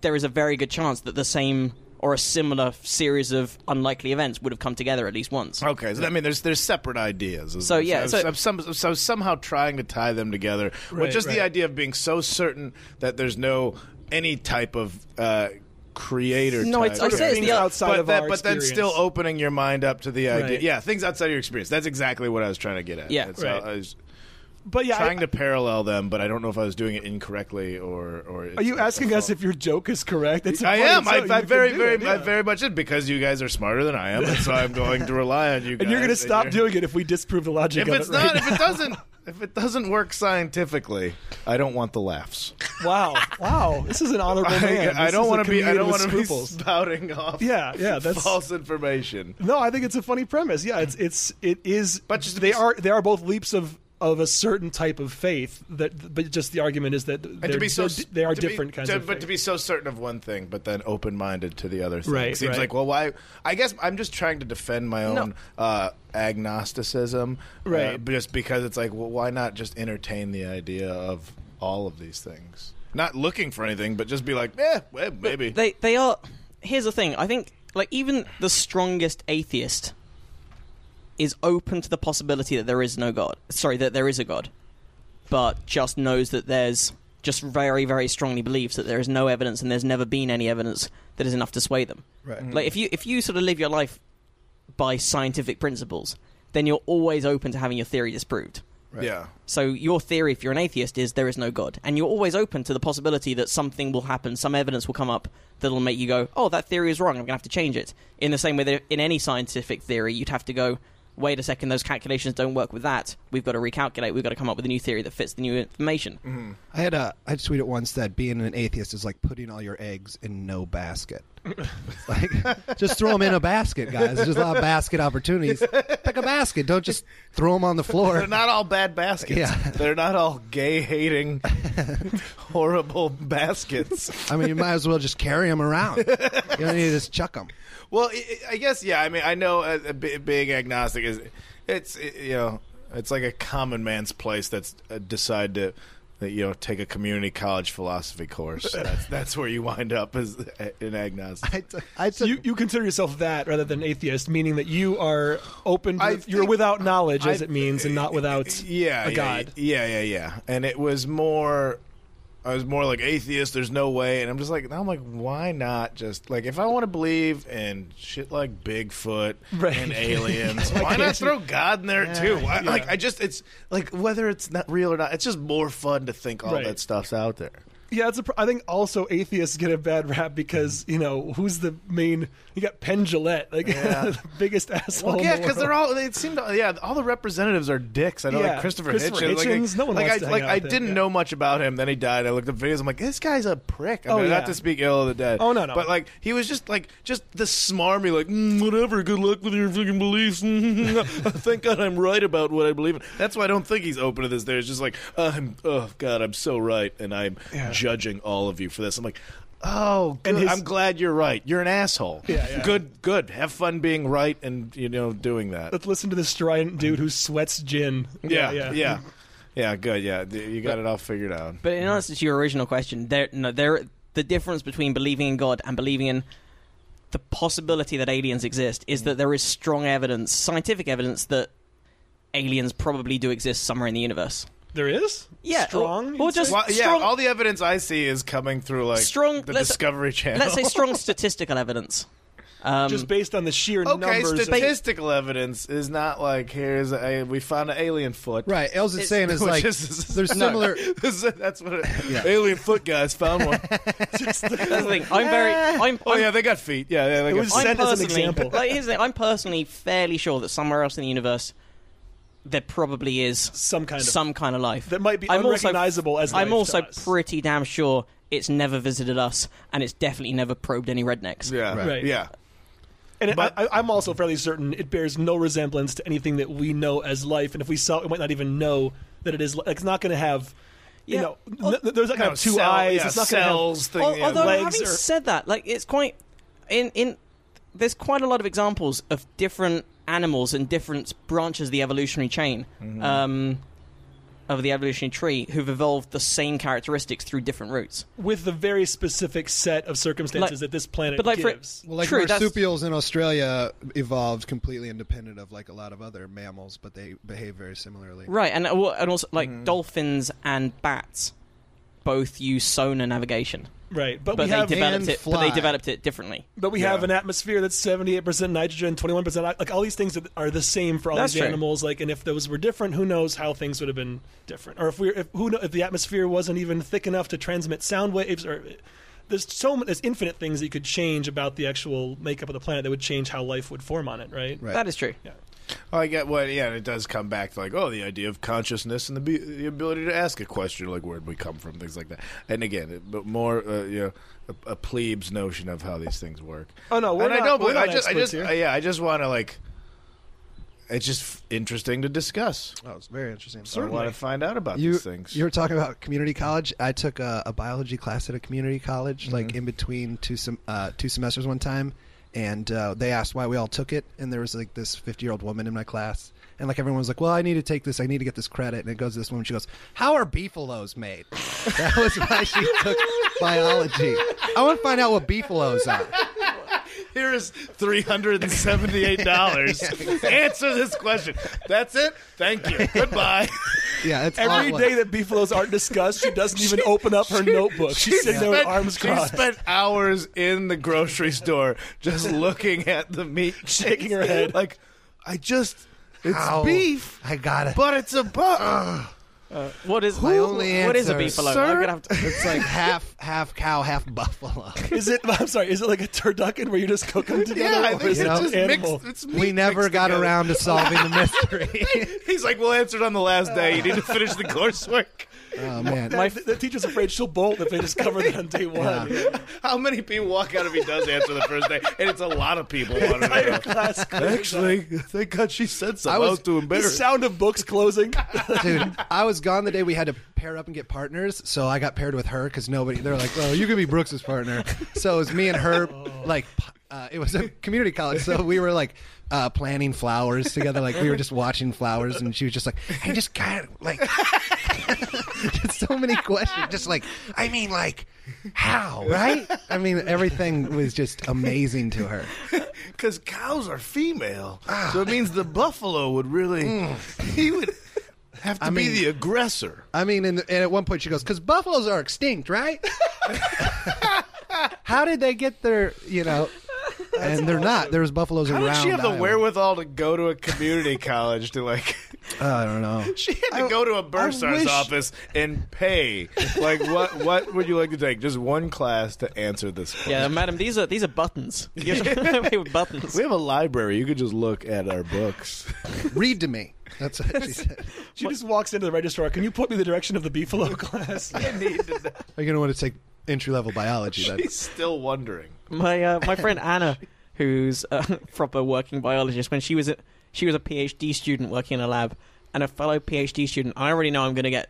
C: there is a very good chance that the same or a similar series of unlikely events would have come together at least once.
D: Okay, so I mean, there's there's separate ideas.
C: So, yeah,
D: so,
C: so-
D: I'm some, so I'm somehow trying to tie them together with
E: Right,
D: just the
E: right.
D: idea of being so certain that there's no any type of uh, creator.
C: No,
D: type.
C: it's- I say it's
E: Things
C: the other-
E: outside
D: but
E: of
D: that,
E: our
D: but then still
E: experience.
D: opening your mind up to the idea.
E: Right.
D: Yeah, things outside of your experience. That's exactly what I was trying to get at.
C: Yeah.
D: That's
E: Right.
D: how I was
E: But yeah, I-
D: trying to parallel them, but I don't know if I was doing it incorrectly or or.
E: are you asking us if your joke is correct? It's
D: I
E: funny,
D: am.
E: so
D: I,
E: you
D: I
E: can
D: very,
E: do
D: very,
E: it, yeah.
D: I very much did because you guys are smarter than I am, and so I'm going to rely on you. guys.
E: And you're going to stop
D: you're-
E: doing it if we disprove the logic
D: if
E: of
D: it's
E: it.
D: not
E: Right?
D: if it doesn't if it doesn't work scientifically i don't want the laughs
E: wow, wow, this is an honorable
D: i,
E: Oh, man.
D: I
E: This
D: don't
E: is a
D: want to be i
E: comedian
D: don't
E: with
D: want to be
E: scruples.
D: spouting off
E: Yeah, yeah, that's
D: false information
E: no. I think it's a funny premise. Yeah, it's it's it is.
D: But just to
E: they
D: be-
E: are they are both leaps of of a certain type of faith. That but just the argument is that they're,
D: and to be so
E: they're- they are
D: to be-
E: different kinds
D: to-
E: of.
D: but
E: faith.
D: to be so certain of one thing but then open-minded to the other thing
E: Right,
D: seems
E: right.
D: like well why i guess i'm just trying to defend my own uh agnosticism uh,
E: Right.
D: just because it's like well why not just entertain the idea of all of these things not looking for anything but just be like eh, well, maybe
C: They they are. Here's the thing. I think like even the strongest atheist is open to the possibility that there is no god. Sorry, that there is a god, but just knows that there's just very very strongly believes that there is no evidence and there's never been any evidence that is enough to sway them.
B: Right.
C: Like if you if you sort of live your life by scientific principles, then you're always open to having your theory disproved.
D: yeah
C: So your theory, if you're an atheist, is there is no God, and you're always open to the possibility that something will happen, some evidence will come up that'll make you go, "Oh, that theory is wrong. I'm going to have to change it." In the same way that in any scientific theory, you'd have to go, "Wait a second, those calculations don't work with that. We've got to recalculate. We've got to come up with a new theory that fits the new information."
B: I had a I tweeted once that being an atheist is like putting all your eggs in no basket. It's like just throw them in a basket, guys. There's a lot of basket opportunities. Pick a basket. Don't just throw them on the floor.
D: They're not all bad baskets.
B: Yeah.
D: They're not all gay hating, horrible baskets.
B: I mean, you might as well just carry them around. You don't need to just chuck them.
D: Well, I- I guess yeah. I mean, I know uh, uh, b- being agnostic is, it's uh, you know, it's like a common man's place. That's uh, decide to. That, you know, take a community college philosophy course. That's, that's where you wind up as an agnostic.
B: I took, I
E: So
B: took
E: you, you consider yourself that rather than atheist, meaning that you are open. To,
D: I
E: you're
D: think-
E: without knowledge, as
D: I-
E: it means, and not without
D: yeah,
E: a
D: yeah,
E: god.
D: Yeah, yeah, yeah. And it was more. I was more like atheist. There's no way, and I'm just like, I'm like, why not just like if I want to believe in shit like Bigfoot
E: Right.
D: and aliens, why not throw God in there too? Why, Like I just, it's like whether it's not real or not, it's just more fun to think all
E: Right.
D: that stuff's out there.
E: Yeah, it's a. Pr- I think also atheists get a bad rap because you know who's the main? You got Penn Jillette, like
D: Yeah.
E: the biggest asshole.
D: Well,
E: in
D: yeah,
E: the
D: because they're
E: world.
D: all. It seemed. Yeah, all the representatives are dicks. I know,
E: Yeah,
D: like Christopher,
E: Christopher
D: Hitchens. like-
E: Hitchens,
D: Like,
E: no one
D: like
E: wants
D: I,
E: to hang
D: like
E: out
D: I
E: with him,
D: didn't
E: yeah.
D: know much about him. Then he died. I looked up videos. I'm like, this guy's a prick. I
E: Oh,
D: mean,
E: yeah.
D: not to speak ill of the dead.
E: Oh, no, no.
D: But like, he was just like, just the smarmy, like, mm, whatever. Good luck with your fucking beliefs. Thank God I'm right about what I believe in. That's why I don't think he's open to this. There's just like, I'm. Oh God, I'm so right, and I'm judging all of you for this. I'm like. Oh, good.
E: And his-
D: I'm glad you're right. You're an asshole.
E: Yeah, yeah.
D: Good, good. Have fun being right and you know doing that.
E: Let's listen to this strident dude who sweats gin.
D: Yeah, yeah, yeah, Good. Yeah, D- you got it all figured out.
C: But in answer to your original question, there no there the difference between believing in God and believing in the possibility that aliens exist is that there is strong evidence, scientific evidence that aliens probably do exist somewhere in the universe.
E: There is.
C: Yeah,
E: strong.
C: or-
E: you'd
C: or just-
E: say?
D: Well, yeah,
C: Strong-
D: all the evidence I see is coming through like
C: Strong-
D: the
C: let's-
D: Discovery Channel.
C: Let's say strong statistical evidence. Um,
E: just based on the sheer
D: okay,
E: numbers. of-
D: statistical evidence is not like here's a we found an alien foot.
B: right. El's is
C: It's-
B: saying is
D: Which
B: like
D: is-
B: there's similar.
D: This- that's what it, alien foot guys found one.
C: that's the thing. I'm very. I'm,
D: oh
C: I'm-
D: yeah, they got feet. Yeah, yeah, they got
E: was
D: feet.
C: I'm
E: Send us an
C: personally-
E: example.
C: Like, here's the thing. I'm personally fairly sure that somewhere else in the universe, there probably is
E: some kind of
C: some kind of life
E: that might be
C: I'm also-
E: unrecognizable as.
C: I'm
E: life to
C: also
E: us.
C: pretty damn sure it's never visited us, and it's definitely never probed any rednecks.
D: Yeah.
E: Right.
D: Yeah.
E: And it-
D: But-
E: I, I'm also fairly certain it bears no resemblance to anything that we know as life. And if we saw it, we might not even know that it is. li- Like, it's not going to have, you
C: Yeah.
E: know, n- n- there's not going to
D: Kind
E: have
D: of
E: two
D: cell-
E: eyes.
D: yeah,
E: it's not going to
D: cells
E: have.
D: thing.
C: Al-
D: yeah.
C: although
E: legs
C: having
E: are-
C: said that, like it's quite in in there's quite a lot of examples of different animals and different branches of the evolutionary chain
E: Mm-hmm.
C: um, of the evolutionary tree who've evolved the same characteristics through different routes.
E: With the very specific set of
C: Like-
E: circumstances that this planet
C: but like for-
E: gives.
B: Well, like
C: True, that's-
B: marsupials in Australia evolved completely independent of like a lot of other mammals, but they behave very similarly.
C: Right, and uh, well, and also like
B: Mm-hmm.
C: dolphins and bats both use sonar navigation,
E: right. But,
C: but
E: we
C: they
E: have.
C: developed
B: and
C: it. But they
B: fly.
C: developed it differently.
B: Uh,
E: But we have
D: Yeah.
E: an atmosphere that's seventy-eight percent nitrogen, twenty-one percent like all these things that are the same for all
C: That's
E: these
C: true.
E: animals. Like, and if those were different, who knows how things would have been different, or if we if who know, if the atmosphere wasn't even thick enough to transmit sound waves, or there's so many, there's infinite things that you could change about the actual makeup of the planet that would change how life would form on it, right?
B: Right.
C: That is true.
D: Oh, I get what. Yeah, and it does come back to like, oh, the idea of consciousness and the, be- the ability to ask a question, like where would we come from, things like that. And again, it, but more, uh, you know, a, a plebes notion of how these things work.
E: Oh no, we're
D: and
E: not,
D: I don't
E: we're
D: believe.
E: not
D: I just, I just,
E: experts here.
D: uh, yeah, I just want to like. It's just f- interesting to discuss.
B: Oh, it's very interesting.
D: I want to find out about
B: you,
D: these things.
B: you were talking about community college. I took a, a biology class at a community college,
C: Mm-hmm.
B: like in between two sem- uh, two semesters one time, and uh, they asked why we all took it, and there was like this fifty year old woman in my class, and like everyone was like, "Well, I need to take this. I need to get this credit." And it goes to this woman. She goes, "How are beefaloes made?" That was why she took biology. I want to find out what beefaloes are.
D: Here is three hundred and seventy-eight dollars. Answer this question. That's it. Thank you. Goodbye.
B: Yeah, that's all
E: Every
B: it was.
E: day that beefaloes aren't discussed, she doesn't even open up her notebook. She's sitting there with arms
D: she
E: crossed,
D: spent hours in the grocery store just looking at the meat,
E: shaking her head.
D: Like, I just, it's
B: Ow.
D: beef,
B: I got it.
D: but it's a butt.
C: What is
B: My only
C: what is a
B: answer,
C: beefalo?
D: sir?
C: I'm gonna have to.
B: It's like half half cow, half buffalo.
E: Is it? I'm sorry. Is it like a turducken where you just cook them together?
D: yeah, I
E: or
D: think
E: is
D: it's
E: it
B: know,
D: just
E: animal?
D: mixed. It's meat
B: We never
D: mixed
B: got
D: together.
B: around to solving the mystery.
D: He's like, we'll answer it on the last day. You need to finish the coursework.
B: oh man,
E: My the, the teacher's afraid she'll bolt if they discover that on day one.
D: How many people walk out if he does answer the first day? And it's a lot of people. want to know.
E: Class
D: Actually, thank God she said something.
B: I was-
D: too
E: the
D: embarrassed.
E: sound of books closing.
B: Dude, I was gone the day we had to pair up and get partners, so I got paired with her because nobody. They're like, "Oh, you could be Brooks's partner." So it was me and her. Like, uh, it was a community college, so we were like uh, planting flowers together. Like, we were just watching flowers, and she was just like, "I just got like." just so many questions. Just like, I mean, like, how? Right? I mean, everything was just amazing to her.
D: Because cows are female, so it means the buffalo would really he would have to
B: I
D: be
B: mean-
D: the aggressor.
B: I mean, and, and at one point she goes, "Because buffaloes are extinct, right? How did they get their, you know?" and they're not. There was buffaloes
D: How
B: around.
D: did she have the
B: Iowa.
D: wherewithal to go to a community college to like?
B: I don't know.
D: She had to go to a bursar's
B: wish-
D: office and pay. Like, what? What would you like to take? Just one class to answer this. Question.
C: Yeah, madam, these are these are buttons. You're they were buttons.
D: We have a library. You could just look at our books.
B: Read to me. That's what she said.
E: she just walks into the registrar. Can you point me the direction of the beefalo class?
B: You're gonna want to take entry level biology. Then.
D: He's still wondering.
C: my uh, my friend Anna, who's a proper working biologist, when she was a, she was a PhD student working in a lab, and a fellow PhD student. I already know I'm going to get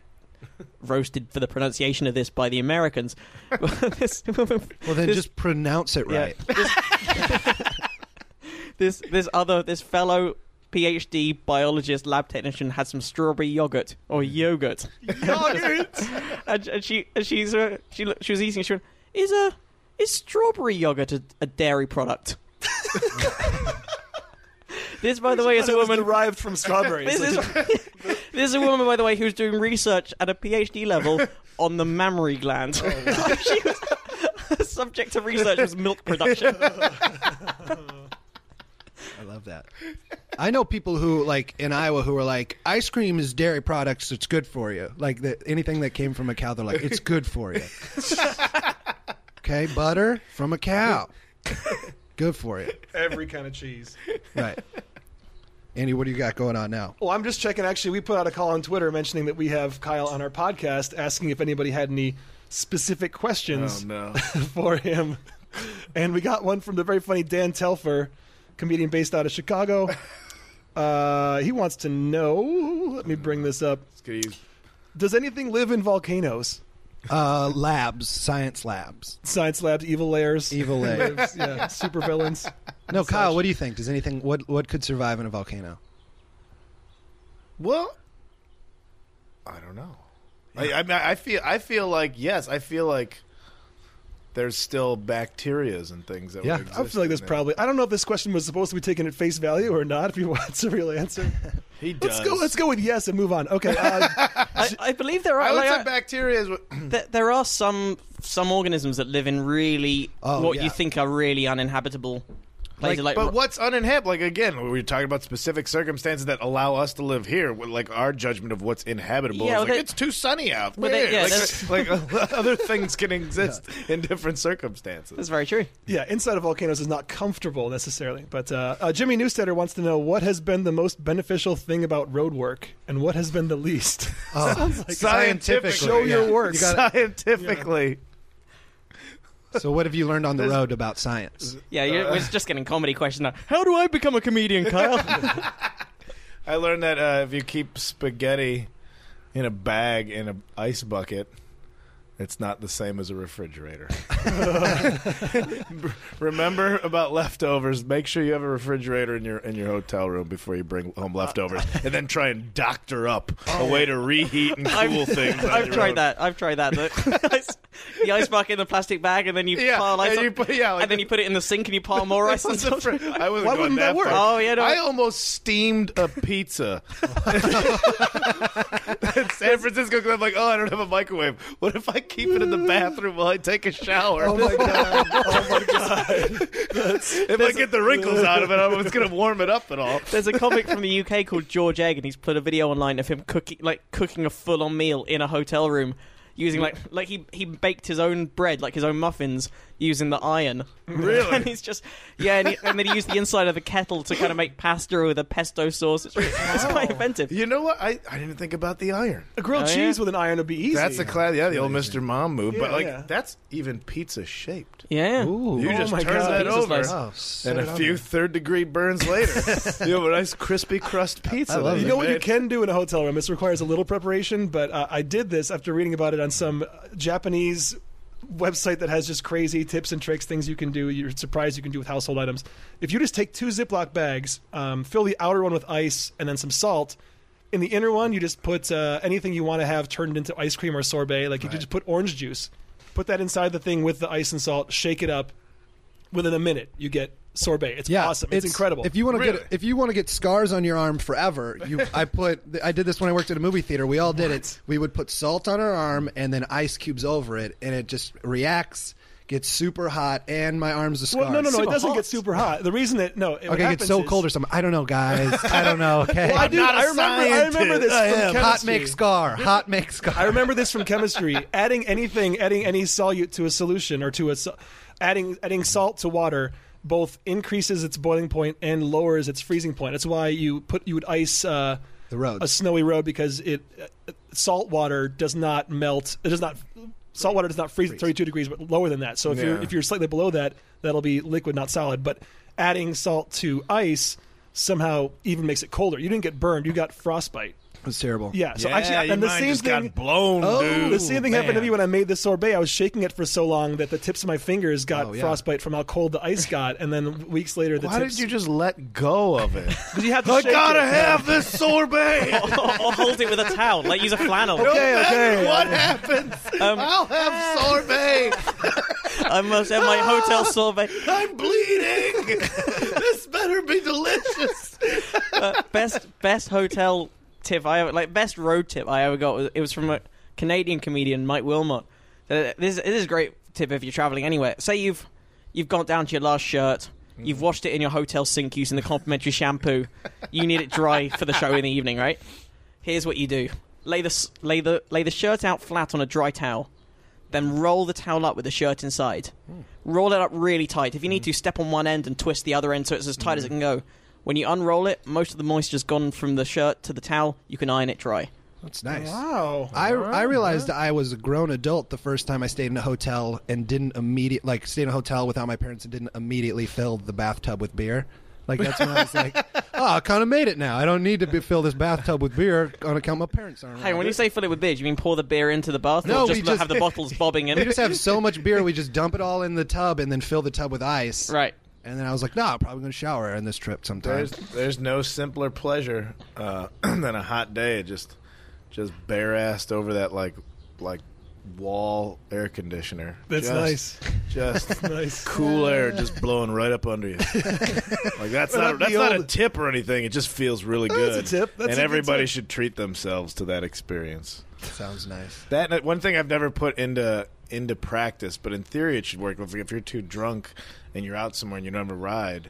C: roasted for the pronunciation of this by the Americans. this,
B: Well, then
C: This-
B: just pronounce it right.
C: this this other this fellow PhD biologist lab technician had some strawberry yogurt or yogurt.
E: Yogurt.
C: and, and she and she's uh, she look- she was eating. She went, "Is a is strawberry yogurt a, a dairy product?" this, by the way, is a
E: was
C: woman.
E: derived from strawberries.
C: This is
E: Like,
C: this is a woman, by the way, who's doing research at a PhD level on the mammary gland. she was, the subject of research was milk production.
B: I love that. I know people who like in Iowa who are like, ice cream is dairy products. It's good for you. Like the, anything that came from a cow, they're like, it's good for you. okay, butter from a cow, good for you.
E: every kind of cheese.
B: Right. Andy, what do you got going on now?
E: Well, Oh, I'm just checking. Actually, we put out a call on Twitter mentioning that we have Kyle on our podcast, asking if anybody had any specific
D: Oh
E: questions
D: no.
E: for him, and we got one from the very funny Dan Telfer, comedian based out of Chicago. Uh, he wants to know. Let me bring this up.
D: It's gonna use
E: Does anything live in volcanoes?
B: Uh, labs, science labs,
E: Science labs, evil layers,
B: evil lab.
E: yeah, super villains.
B: no, Kyle, what do you think? Does anything? What what could survive in a volcano?
D: Well, I don't know. I, I mean, I feel, I feel like yes, I feel like there's still bacterias and things that.
B: Yeah. I
D: would exist
E: I feel like
D: in
E: there's
D: there.
E: probably. I don't know if this question was supposed to be taken at face value or not. If you want a real answer,
D: He does.
E: let's go. Let's go with yes and move on. Okay. Uh,
C: I, I believe there are
D: I would
C: like,
D: say
C: I-
D: bacteria is. what-
C: th- there are some some organisms that live in really
B: Oh,
C: what
B: yeah.
C: you think are really uninhabitable places. Like,
D: but
C: ro-
D: what's uninhabitable? Like again, we were talking about specific circumstances that allow us to live here. with, Like our judgment of what's inhabitable.
C: Yeah,
D: is
C: well,
D: like,
C: they-
D: it's too sunny out.
C: Well, they-
D: Weird.
C: yeah,
D: like, like, other things can exist in different circumstances.
C: that's very true.
E: yeah, inside of volcanoes is not comfortable necessarily. But uh, uh, Jimmy Newsteader wants to know what has been the most beneficial thing about road work and what has been the least.
D: Scientifically,
E: Show your work.
B: You gotta-
D: Scientifically.
B: so, what have you learned on the road about science?
C: Yeah,
D: Uh.
C: you're, we're just getting comedy questions now. How do I become a comedian, Kyle?
D: I learned that uh, if you keep spaghetti in a bag in an ice bucket, it's not the same as a refrigerator. Remember about leftovers. Make sure you have a refrigerator in your in your hotel room before you bring home leftovers,
C: Uh,
D: and then try and doctor up a way to reheat and cool things.
C: Oh.
D: on
C: I've
D: your
C: tried
D: own.
C: that. I've tried that. The ice, the ice bucket in the plastic bag, and then you
D: Yeah,
C: pile ice
D: and
C: on-
D: you put- yeah, like
C: and then
D: the-
C: you put it in the sink, and you pile more ice on
D: What's the
C: top.
D: fr- I wasn't
E: Why
D: going
E: wouldn't that work?
D: far.
C: Oh, yeah, no.
D: I almost steamed a pizza. In San Francisco, 'cause I'm like, oh, I don't have a microwave. What if I keep it in the bathroom while I take a shower?
B: Oh my god!
D: if I get the wrinkles out of it, I'm it's gonna warm it up and all.
C: There's a comic from the UK called George Egg, and he's put a video online of him cooking, like cooking a full-on meal in a hotel room, using like like he he baked his own bread, like his own muffins, using the iron. Really? and he's just yeah, and, he, and then he used the inside of the kettle to kind of make pasta with a pesto sauce. It's, really, it's quite inventive.
D: You know what? I, I didn't think about the iron.
E: a grilled
C: Oh, yeah.
E: cheese with an iron would be easy.
D: That's the class. Yeah, the old Mr. Mom move. but
E: Yeah,
D: like,
E: yeah.
D: that's even pizza shaped.
C: Yeah.
B: Ooh.
D: You
E: Oh
D: just
E: my
D: turn
E: God.
D: that
C: Pizza
D: over.
C: slice.
B: Oh,
D: And a few third degree burns later. you have a nice crispy crust pizza.
B: I love
D: that
B: it.
E: You know what you
D: made.
E: can do in a hotel room? This requires a little preparation, but uh, I did this after reading about it on some uh, Japanese website that has just crazy tips and tricks, things you can do, you're surprised you can do with household items. If you just take two Ziploc bags, um, fill the outer one with ice and then some salt. In the inner one, you just put uh, anything you want to have turned into ice cream or sorbet. Like you could just put orange juice, put that inside the thing with the ice and salt, shake it up. Within a minute, you get sorbet. It's
B: Yeah,
E: awesome. It's, incredible.
B: If you want to
D: Really?
B: get if you want to get scars on your arm forever, you I put I did this when I worked at a movie theater. We all did it. We would put salt on our arm and then ice cubes over it, and it just reacts, gets super hot, and my arm's a scar.
E: Well, no, no, no. It doesn't
C: hot.
E: get super hot. The reason that no, it,
B: Okay,
E: what
B: it gets
E: happens
B: so
E: is-
B: cold or something. I don't know, guys. I don't know. Okay,
E: Well, I do.
D: not a
E: I remember. I remember this
D: scientist. I
E: from
D: am.
E: chemistry.
B: hot make scar. Hot make scar.
E: I remember this from chemistry. adding anything, adding any solute to a solution or to a, so- adding adding salt to water both increases its boiling point and lowers its freezing point. That's why you put you would ice uh,
B: The roads.
E: a snowy road because it uh, salt water does not melt. It does not. Salt water does not freeze, at 32 degrees, but lower than that. So if you're
D: Yeah.
E: if you're slightly below that, that'll be liquid, not solid. But adding salt to ice somehow even makes it colder. You didn't get burned; you got frostbite.
B: It was terrible.
E: Yeah. So
D: yeah,
E: actually,
D: your
E: and the
D: mind
E: same
D: just
E: thing.
D: got blown, dude.
E: Oh, The same thing happened to
D: Man.
E: me when I made the sorbet. I was shaking it for so long that the tips of my fingers got
B: Oh, yeah.
E: frostbite from how cold the ice got, and then weeks later the
D: Why
E: tips.
D: did you just let go of it?
E: 'Cause you had to
D: I
E: shake
D: gotta
E: it.
D: have this sorbet.
C: or, or hold it with a towel, like use a flannel.
D: okay,
E: okay.
D: What happens? I'll have sorbet.
C: I must have my hotel sorbet.
D: I'm bleeding. this better be delicious.
C: best best hotel tip I ever like best road tip I ever got was it was from a Canadian comedian Mike Wilmot. Uh, This this is a great tip if you're traveling anywhere. Say you've you've gone down to your last shirt, you've washed it in your hotel sink using the complimentary shampoo. You need it dry for the show in the evening, right? Here's what you do: lay the s- lay the lay the shirt out flat on a dry towel, then roll the towel up with the shirt Mm. inside. Roll it up really tight. If you need to, step on one end and twist the other end so it's as tight as it can go. When you unroll it, most of the moisture's gone from the shirt to the towel. You can iron it dry.
B: That's nice.
E: Wow.
B: I,
E: All right.
B: I realized I was a grown adult the first time I stayed in a hotel and didn't immediate like stayed in a hotel without my parents and didn't immediately fill the bathtub with beer. Like that's when I was like, oh, I kind of made it now. I don't need to be, fill this bathtub with beer on account my parents aren't.
C: Hey,
B: around.
C: when you say fill it with beer, do you mean pour the beer into the bath,
B: No,
C: or just,
B: we just-
C: have the bottles bobbing in?
B: we just have so much beer, we just dump it all in the tub and then fill the tub with ice.
C: right.
B: And then I was like, no, I'm probably gonna shower in this trip sometime.
D: There's there's no simpler pleasure uh, than a hot day just just bare assed over that like like wall air conditioner.
E: That's
D: Just- Just
E: nice.
D: cool air just blowing right up under you. like that's not
E: that'd
D: that's
E: be
D: not a
E: old.
D: tip or anything. It just feels really good.
E: That's a tip. That's a
D: and
E: good
D: everybody
E: tip.
D: should treat themselves to that experience.
B: Sounds nice.
D: That one thing I've never put into into practice, but in theory it should work. If, if you're too drunk and you're out somewhere and you don't have a ride,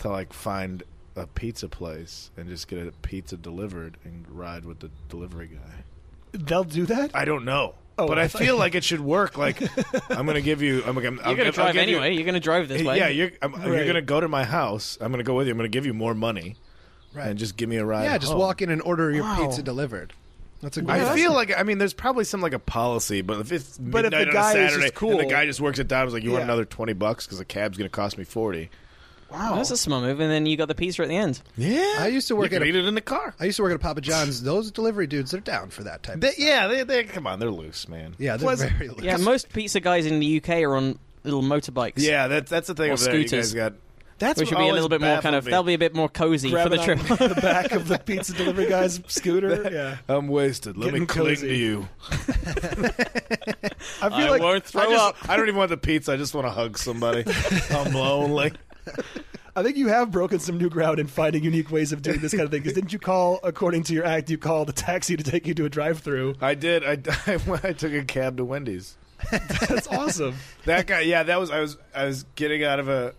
D: to like find a pizza place and just get a pizza delivered and ride with the delivery guy.
E: They'll do that?
D: I don't know,
E: Oh,
D: but
E: I
D: I
E: thought-
D: feel like it should work. Like I'm gonna give you. I'm, I'm,
C: You're
D: I'm
C: going to drive anyway. You, are going to drive this way.
D: yeah, you're I'm,
E: Right.
D: you're gonna go to my house. I'm gonna go with you. I'm gonna give you more money
B: Right.
D: and just give me a ride.
B: yeah, just
D: home.
B: walk in and order your
C: Wow.
B: pizza delivered. That's a great.
D: I feel like I mean, there's probably some like a policy, but if it's
E: But if
D: midnight on
E: the
D: a
E: guy is just
D: Saturday
E: cool-
D: and the guy just works it down, is like, you want
E: Yeah.
D: another twenty bucks because the cab's going to cost me forty.
C: Wow. That's a smart move, and then you got the pizza at the end.
D: Yeah,
B: I used to work
D: you
B: at
D: can
B: a-
D: eat it in the car.
B: I used to work at a Papa John's. Those delivery dudes, they're down for that type. of
D: They- yeah, they, they come on, they're loose, man.
B: Yeah, they're
E: Plus-
B: very loose.
C: Yeah, most pizza guys in the UK are on little motorbikes.
D: yeah, that, that's the thing.
C: Or
D: over there. You
C: scooters.
D: guys got that's
C: Which
D: what
C: would be a
D: always
C: little bit more kind
D: baffled
C: of.
D: me.
C: They'll be a bit more cozy for
E: Grabbing
C: the trip.
E: on the back of the pizza delivery guy's scooter. Yeah.
D: I'm wasted. Let
E: Getting
D: me cling
E: cozy.
D: to you.
E: I feel like
C: won't
D: I just- I don't even want the pizza. I just want to hug somebody. I'm lonely.
E: I think you have broken some new ground in finding unique ways of doing this kind of thing. Because didn't you call, according to your act, you called a taxi to take you to a drive-through?
D: I did. I, I, I took a cab to Wendy's.
E: That's awesome.
D: that guy yeah that was i was i was getting out of a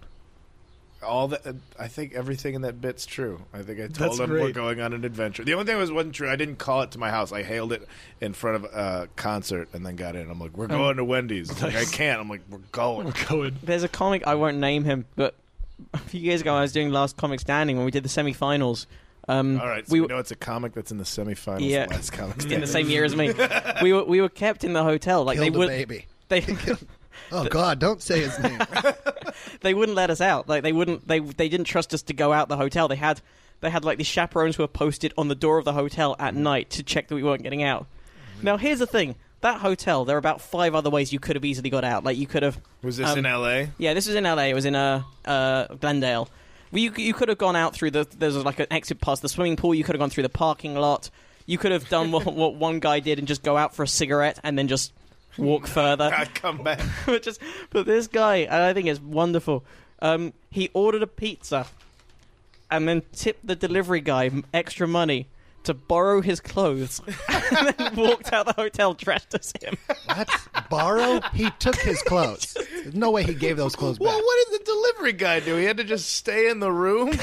D: all that i think everything in that bit's true i think i told
E: That's
D: him we're
E: great.
D: going on an adventure the only thing that was wasn't true i didn't call it to my house i hailed it in front of a concert and then got in i'm
C: Oh.
D: like we're going to wendy's He's like i can't i'm like we're going
E: Cohen.
C: There's a comic I won't name him, but a few years ago I was doing Last Comic Standing when we did the semi-finals. Um,
D: all right so
C: we
D: we,
C: were
D: know it's a comic that's in the semifinals
C: Yeah.
D: yeah. last comic
C: in the
D: Standing.
C: same year as me. we were we were kept in the hotel. Like
B: Killed
C: they
B: a
C: would
B: baby.
C: they
B: Oh God, don't say his name.
C: they wouldn't let us out. Like they wouldn't they they didn't trust us to go out the hotel. They had they had like these chaperones who were posted on the door of the hotel
D: Mm.
C: at night to check that we weren't getting out. Now here's the thing. That hotel, there are about five other ways you could have easily got out. Like you could have
D: was this
C: um,
D: in la
C: Yeah, this was in LA. It was in uh, uh, Glendale. Well, you you could have gone out through the there's like an exit past the swimming pool. You could have gone through the parking lot. You could have done what, what one guy did and just go out for a cigarette and then just walk
D: i
C: further.
D: come back
C: but just but this guy, and I think it's wonderful. Um, he ordered a pizza and then tipped the delivery guy m- extra money to borrow his clothes and then walked out the hotel dressed as him.
B: What? Borrow? He took his clothes. There's no way he gave those clothes back.
D: well what did the delivery guy do he had to just stay in the room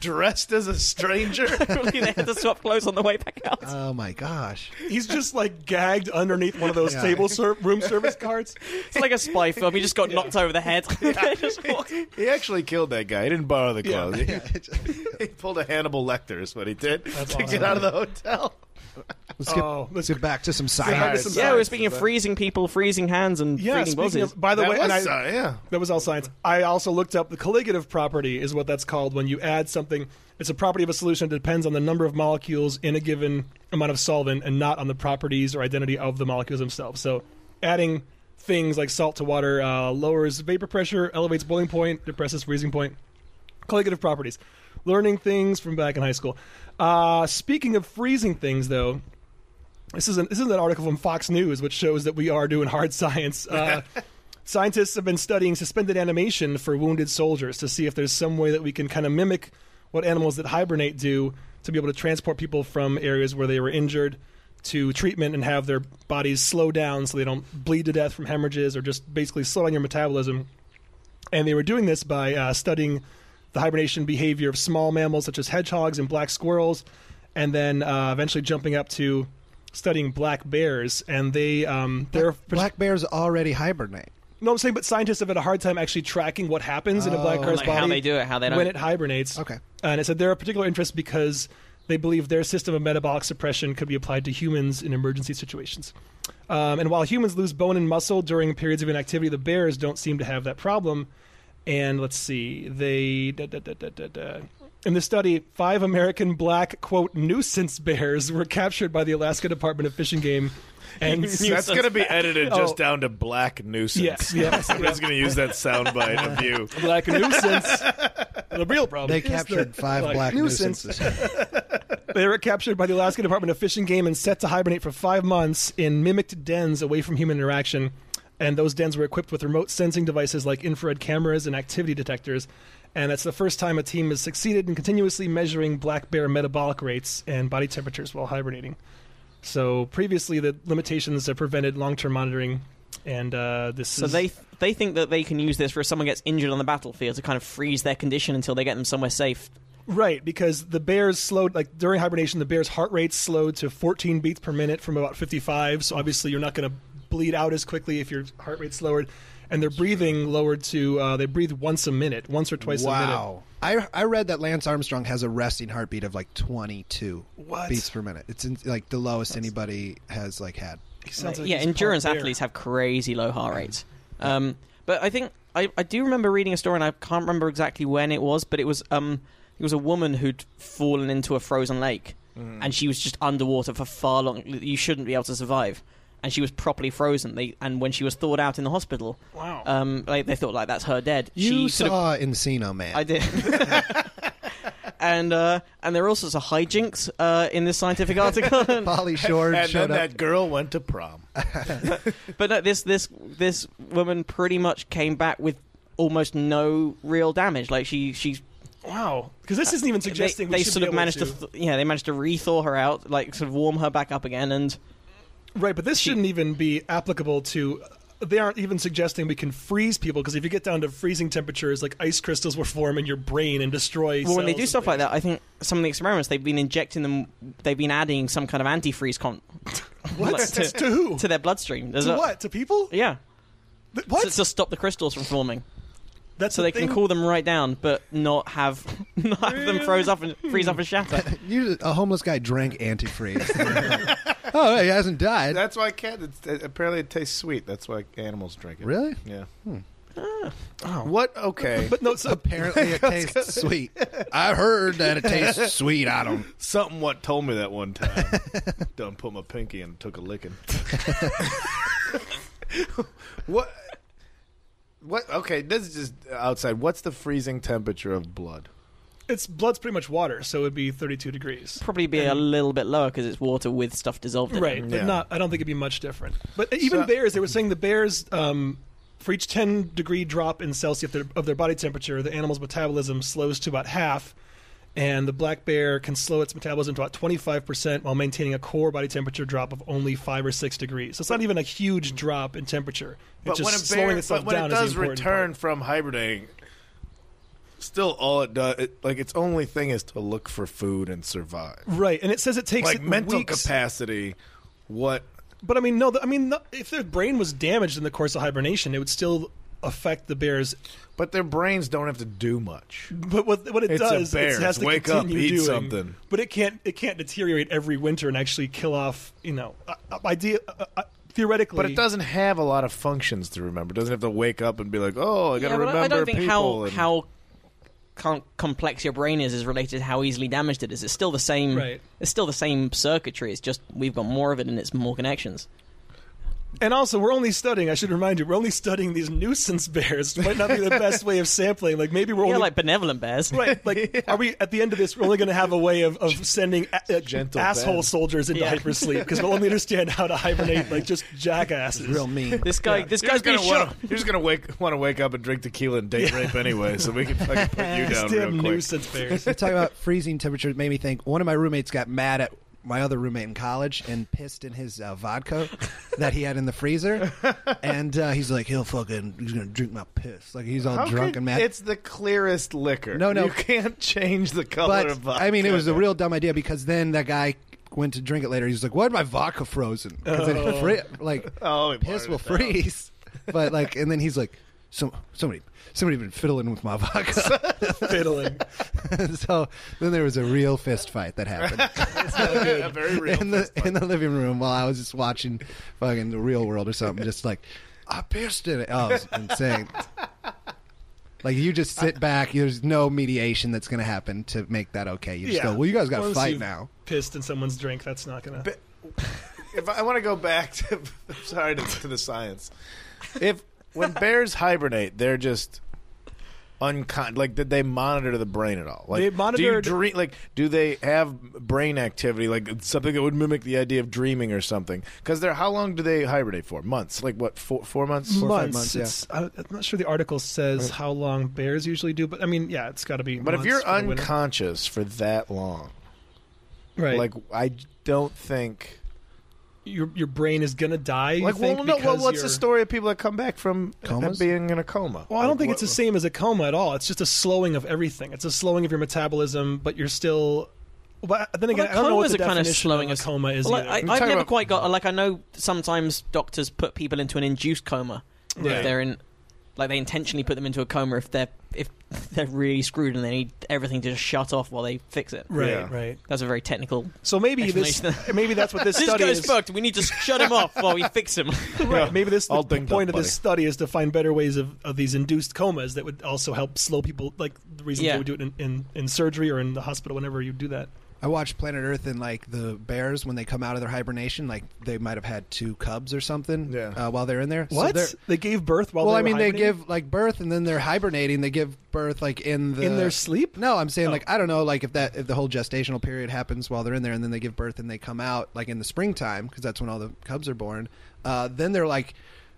D: dressed as a stranger
C: they had to swap clothes on the way back out.
B: Oh my gosh!
E: He's just like gagged underneath one of those
B: Yeah.
E: table ser- room service carts.
C: It's like a spy film. He just got knocked over the head. Just walked-
D: He actually killed that guy. He didn't borrow the
E: Yeah.
D: clothes. He- He, pulled a Hannibal Lecter is what he did to
E: awesome.
D: get out of the hotel.
B: Let's get,
E: Oh,
B: let's get back to some
E: back to
B: science.
E: some-
C: yeah, we were speaking of freezing people, freezing hands, and
E: Yeah.
C: freezing
E: Speaking
C: buzzes.
E: of, by the
D: That
E: way,
D: was,
E: and I,
D: uh, yeah.
E: That was all science. I also looked up the colligative property is what that's called when you add something. It's a property of a solution that depends on the number of molecules in a given amount of solvent and not on the properties or identity of the molecules themselves. So adding things like salt to water uh, lowers vapor pressure, elevates boiling point, depresses freezing point. Colligative properties. Learning things from back in high school. Uh, speaking of freezing things, though, this is an, this is an article from Fox News, which shows that we are doing hard science. Uh, scientists have been studying suspended animation for wounded soldiers to see if there's some way that we can kind of mimic what animals that hibernate do to be able to transport people from areas where they were injured to treatment and have their bodies slow down so they don't bleed to death from hemorrhages or just basically slow down your metabolism. And they were doing this by uh, studying the hibernation behavior of small mammals such as hedgehogs and black squirrels, and then uh, eventually jumping up to studying black bears. And they, um, they're
B: Black bears already hibernate.
E: No, I'm saying, but scientists have had a hard time actually tracking what happens in a black
B: Oh.
E: car's
C: Like
E: body.
C: how they do it, how they don't-
E: when it hibernates.
B: Okay.
E: and it said they're of particular interest because they believe their system of metabolic suppression could be applied to humans in emergency situations. Um, and while humans lose bone and muscle during periods of inactivity, the bears don't seem to have that problem. And let's see, they da, da, da, da, da, da. in this study, five American black quote nuisance bears were captured by the Alaska Department of Fish and Game. And
D: That's going to be edited just
E: Oh.
D: down to black nuisance.
E: Yes, yes.
D: Somebody's going to use that soundbite of you.
E: black nuisance. The real problem.
B: They
E: is the
B: captured five black nuisances.
E: They were captured by the Alaska Department of Fish and Game and set to hibernate for five months in mimicked dens away from human interaction. And those dens were equipped with remote sensing devices like infrared cameras and activity detectors. And that's the first time a team has succeeded in continuously measuring black bear metabolic rates and body temperatures while hibernating. So previously, the limitations have prevented long-term monitoring, and uh, this
C: So
E: is
C: they they think that they can use this for if someone gets injured on the battlefield to kind of freeze their condition until they get them somewhere safe.
E: Right, because the bears slowed like during hibernation, the bears' heart rate slowed to 14 beats per minute from about 55. So obviously, you're not going to bleed out as quickly if your heart rate's lowered, and their breathing lowered to uh, they breathe once a minute, once or twice
B: Wow. I, I read that Lance Armstrong has a resting heartbeat of like 22
E: What?
B: beats per minute. It's in, like the lowest anybody has like had.
E: a minute. Sounds like
C: yeah,
E: he's part
C: endurance
E: bear.
C: athletes have crazy low heart rates. Um, but I think I, I do remember reading a story, and I can't remember exactly when it was, but it was um it was a woman who'd fallen into a frozen lake,
E: Mm.
C: and she was just underwater for far long. You shouldn't be able to survive, and she was properly frozen. They and when she was thawed out in the hospital,
E: Wow.
C: um, like, they thought like that's her dead.
B: You
C: she sort of-
B: saw Encino Man.
C: I did. and uh, and there are all sorts of hijinks uh, in this scientific article.
B: Polly Shore
D: And then
B: showed up.
D: that girl went to prom.
C: but no, this this this woman pretty much came back with almost no real damage. Like she she.
E: wow, because this isn't even suggesting
C: they,
E: we
C: they
E: should
C: sort
E: be
C: of
E: able
C: managed
E: to.
C: to, th- yeah they managed to rethaw her out like sort of warm her back up again and
E: Right, but this shouldn't even be applicable to. They aren't even suggesting we can freeze people because if you get down to freezing temperatures, like ice crystals will form in your brain and destroy.
C: well when they do
E: cells
C: stuff
E: and
C: like that I think some of the experiments they've been injecting them they've been adding some kind of antifreeze con
E: things.
C: like,
E: What? to who?
C: to their bloodstream There's
E: To
C: a-
E: what? To people?
C: yeah
E: Th- What?
C: to, to stop the crystals from forming
E: That's
C: so
E: the
C: they can
E: thing?
C: cool them right down, but not have not have them froze up and freeze up and shatter.
B: You, a homeless guy drank antifreeze. oh, he hasn't died.
D: That's why cats. It's, it, apparently, it tastes sweet. That's why animals drink it.
B: really?
D: Yeah. What? Okay.
E: Hmm. But no, so
B: Apparently, it tastes sweet. I heard that it tastes sweet. I don't.
D: Something what told me that one time. Done put my pinky and took a licking. what? What? Okay, this is just outside. What's the freezing temperature of blood?
E: it's blood's pretty much water, so it'd be 32 degrees.
C: Probably be a little bit lower because it's water with stuff dissolved in
E: Right,
C: it.
E: but
D: Yeah.
E: not. I don't think it'd be much different. But even
D: So-
E: bears, they were saying the bears, um, for each 10 degree drop in Celsius of their, of their body temperature, the animal's metabolism slows to about half, and the black bear can slow its metabolism to about 25 percent while maintaining a core body temperature drop of only five or six degrees. So it's not even a huge drop in temperature. It's
D: But
E: just
D: when a
E: slowing
D: bear,
E: itself
D: but when
E: down
D: it
E: is the
D: does
E: important
D: return
E: part.
D: from hibernating, still all it does, it, like its only thing is to look for food and survive.
E: Right, and it says it takes
D: Like
E: it
D: mental
E: weeks.
D: capacity, what?
E: But I mean, no. th- I mean, no, if their brain was damaged in the course of hibernation, it would still affect the bears.
D: But their brains don't have to do much.
E: But what, what it
D: It's a
E: does,
D: bear.
E: it has to
D: Wake up,
E: continue
D: eat
E: doing.
D: something.
E: But it can't. It can't deteriorate every winter and actually kill off. You know, uh, uh, idea uh, uh, theoretically.
D: But it doesn't have a lot of functions to remember. It doesn't have to wake up and be like, oh, I got to
C: Yeah, but
D: remember
C: I don't think
D: people.
C: how
D: and-
C: how com- complex your brain is is related to how easily damaged it is. It's still the same.
E: Right.
C: It's still the same circuitry. It's just we've got more of it and it's more connections.
E: And also, we're only studying. I should remind you, we're only studying these nuisance bears. Might not be the best way of sampling. Like maybe we're
C: Yeah,
E: only
C: like benevolent bears.
E: Right, like, are we at the end of this? We're only going to have a way of, of sending a, uh,
D: Gentle
E: asshole
D: Ben.
E: soldiers into
C: Yeah.
E: hypersleep because we'll only understand how to hibernate like just jackasses.
B: Real mean.
C: This guy. This
D: You're
C: guy's
D: just
C: being
D: gonna
C: shot.
D: wanna, you're just gonna wake want to wake up and drink tequila and date rape anyway, so we can fucking put you down real
E: Damn
D: quick.
E: nuisance bears.
B: You're talking about freezing temperatures. Made me think. One of my roommates got mad at my other roommate in college and pissed in his uh, vodka that he had in the freezer, and uh, he's like, "He'll fucking, he's gonna drink my piss." Like he's all
D: How
B: drunk
D: could-
B: and mad.
D: It's the clearest liquor.
B: No, no.
D: you can't change the color
B: but
D: of vodka.
B: I mean, it was a real dumb idea because then that guy went to drink it later. He was like, "Why is my vodka frozen?" Because it fri- like
D: Oh, it
B: piss
D: watered
B: will
D: it down.
B: freeze. but like, and then he's like, "Some somebody, somebody been fiddling with my vodka."
E: fiddling.
B: so then there was a real fist fight that happened
D: a very real.
B: in the in the living room while I was just watching fucking the real world or something. Just like I pierced it. Oh, it was insane. Like you just sit back. There's no mediation that's going to happen to make that okay. You just go, well, you guys got to
E: Once
B: fight
E: you've
B: now.
E: Pissed in someone's drink. That's not gonna.
D: But if I, want to go back to, I'm sorry to, to the science. If when bears hibernate, they're just uncon. Like, did they monitor the brain at all? Like,
E: They
D: Do you
E: monitored-
D: dream? Like, do they have brain activity? Like something that would mimic the idea of dreaming or something? Because they're how long do they hibernate for? Months? Like what? Four, four months?
B: or five months,
E: months.
B: yeah.
E: It's, I, I'm not sure the article says how long bears usually do, but I mean, yeah, it's got to be.
D: But if
E: months
D: you're
E: for the winter.
D: unconscious for that long,
E: right?
D: like I don't think.
E: your your brain is gonna die. you
D: Like,
E: think,
D: well, no. Well,
E: because
D: what's the
E: you're-
D: story of people that come back from
B: Comas?
D: being in a coma?
E: Well, I don't
D: Like,
E: think
D: what-
E: it's the same as a coma at all. It's just a slowing of everything. It's a slowing of your metabolism, but you're still. But uh, then again,
C: Well,
E: I don't know what
C: comas
E: the
C: are kind of
E: definition
C: slowing
E: of a
C: us-
E: coma is.
C: Well,
E: either.
C: I, I've
D: I'm
C: never
D: talking about-
C: quite got like I know sometimes doctors put people into an induced coma
E: Right.
C: if they're in like they intentionally put them into a coma if they're if they're really screwed and they need everything to just shut off while they fix it.
E: right,
D: Yeah.
E: right.
C: That's a very technical.
E: So maybe this, maybe that's what this
C: This
E: study
C: guy's
E: is.
C: fucked. We need to shut him off while we fix him.
E: Right. Maybe this
D: All
E: the
D: dinged
E: point
D: up,
E: of this study is to find better ways of, of these induced comas that would also help slow people. Like the reason
C: Yeah.
E: they would do it in, in, in surgery or in the hospital whenever you do that.
B: I watched Planet Earth and like the bears when they come out of their hibernation, like they might have had two cubs or something.
D: Yeah.
B: Uh, while they're in there, So
E: What
B: they're-
E: they gave birth while
B: well,
E: they
B: I mean,
E: were
B: they
E: hibernating?
B: give like birth and then they're hibernating. They give birth like in the
E: In their sleep? Oh.
B: No, I'm saying like I don't know, like if that if the whole gestational period happens while they're in there and then they give birth and they come out like in the springtime because that's when all the cubs are born. Uh, then they're like.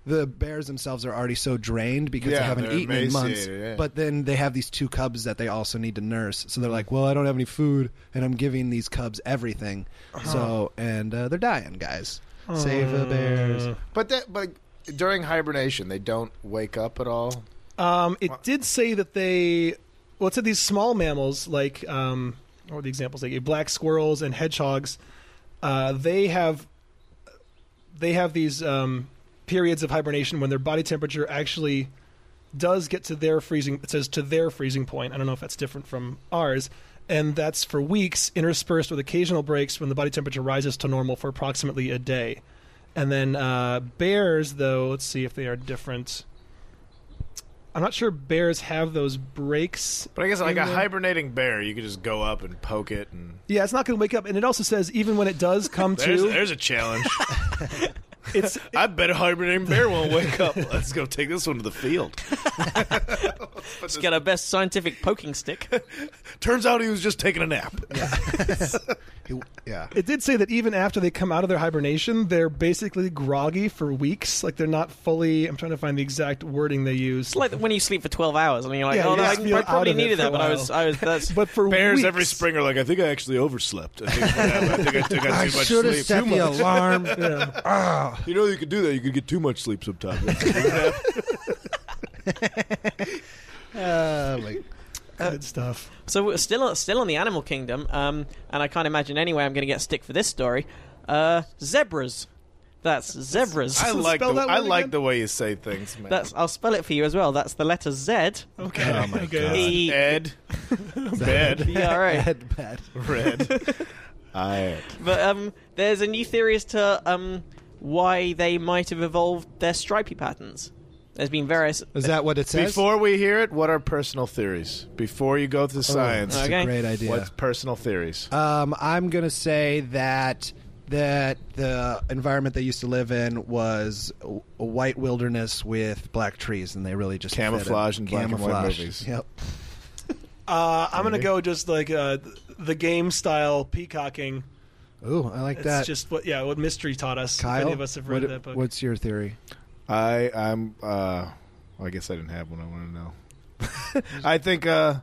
B: The bears themselves are already so drained because they
D: Yeah,
B: haven't
D: they're
B: eaten in months.
D: emaciated, yeah.
B: But but then they have these two cubs that they also need to nurse. So they're like, well, I don't have any food, and I'm giving these cubs everything. So
E: Uh-huh.
B: and uh, they're dying, guys.
E: Uh.
B: Save the bears.
D: But that, but during hibernation, they don't wake up at all.
E: Um, it did say that they, well, it said these small mammals like, um, what were the examples they gave? Black squirrels and hedgehogs. Uh, they have, they have these um, periods of hibernation when their body temperature actually does get to their freezing. It says to their freezing point. I don't know if that's different from ours. And that's for weeks, interspersed with occasional breaks when the body temperature rises to normal for approximately a day. And then uh, bears, though, let's see if they are different. I'm not sure bears have those breaks.
D: But I guess like
E: In
D: a
E: the-
D: hibernating bear, you could just go up and poke it, and
E: Yeah, it's not going to wake up. And it also says even when it does come
D: there's,
E: to,
D: there's a challenge.
E: it's
D: I bet a hibernating bear won't wake up. Let's go take this one to the field.
C: Let's get our best scientific poking stick.
D: Turns out he was just taking a nap.
B: He- yeah.
E: it did say that even after they come out of their hibernation, they're basically groggy for weeks. Like they're not fully. I'm trying to find the exact wording they use.
C: It's like when you sleep for twelve hours and you're like,
E: Yeah,
C: oh,
E: you
C: no, I,
E: just feel
C: I probably
E: out of it
C: needed
E: for
C: that,
E: a
C: but I was,
E: while.
C: I was. That's
E: But for
D: Bears
E: weeks,
D: every spring are like, I think I actually overslept. I think I, think I took out too much
B: Should have
D: sleep.
B: set the alarm.
D: You know, you could do that. You could get too much sleep sometimes.
B: Uh, like,
E: Good stuff.
C: So we're still still in the animal kingdom, um, and I can't imagine anyway I'm going to get stick for this story. Uh, zebras. That's zebras.
D: I like the,
E: Spell that
D: I
E: word
D: like
E: again?
D: the way you say things, man.
C: That's I'll spell it for you as well. That's the letter Z.
E: Okay.
B: Oh my
E: okay.
B: God.
C: E-
D: Ed, bed,
C: Yeah, all right.
B: bad, bad.
D: red, I.
C: But um, there's a new theory as to um, why they might have evolved their stripy patterns. There's been various.
B: Is that what it says?
D: Before we hear it, what are personal theories? Before you go through science,
B: That's
C: Okay.
B: a great idea.
D: what's personal theories?
B: Um, I'm gonna say that that the environment they used to live in was a a white wilderness with black trees, and they really just fit it.
D: Camouflage in black and white
B: Camouflage.
D: movies.
B: Yep.
E: Uh, I'm gonna go just like uh, th- the game style peacocking.
B: Ooh, I like
E: It's
B: that.
E: just what yeah, what mystery taught us. if
B: Kyle,
E: any of us have read
B: what-
E: that book.
B: what's your theory?
D: I I'm uh well, I guess I didn't have one I want to know. I think uh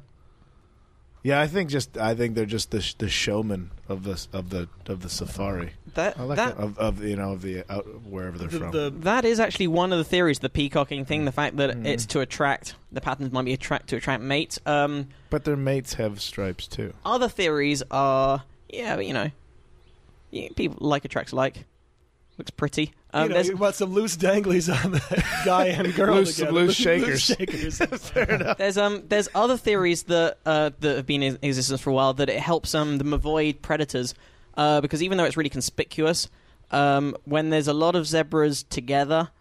D: yeah, I think just I think they're just the sh- the showmen of the s- of the of the safari
C: That
B: I like
C: that
D: of of you know of the out, wherever they're
E: the,
D: from.
E: the
C: That is actually one of the theories, the peacocking thing, the fact that it's to attract, the patterns might be attract to attract mates. Um,
D: but their mates have stripes too.
C: other theories are, yeah, but, you know, yeah, people like attracts like. Looks pretty. Um,
E: you know,
C: there's-
E: you want some loose danglies on the guy and girl
D: Loose- some
E: together.
D: loose shakers.
E: shakers.
C: There's um there's other theories that uh, that have been in existence for a while that it helps um the Mavoid predators uh, because even though it's really conspicuous um when there's a lot of zebras together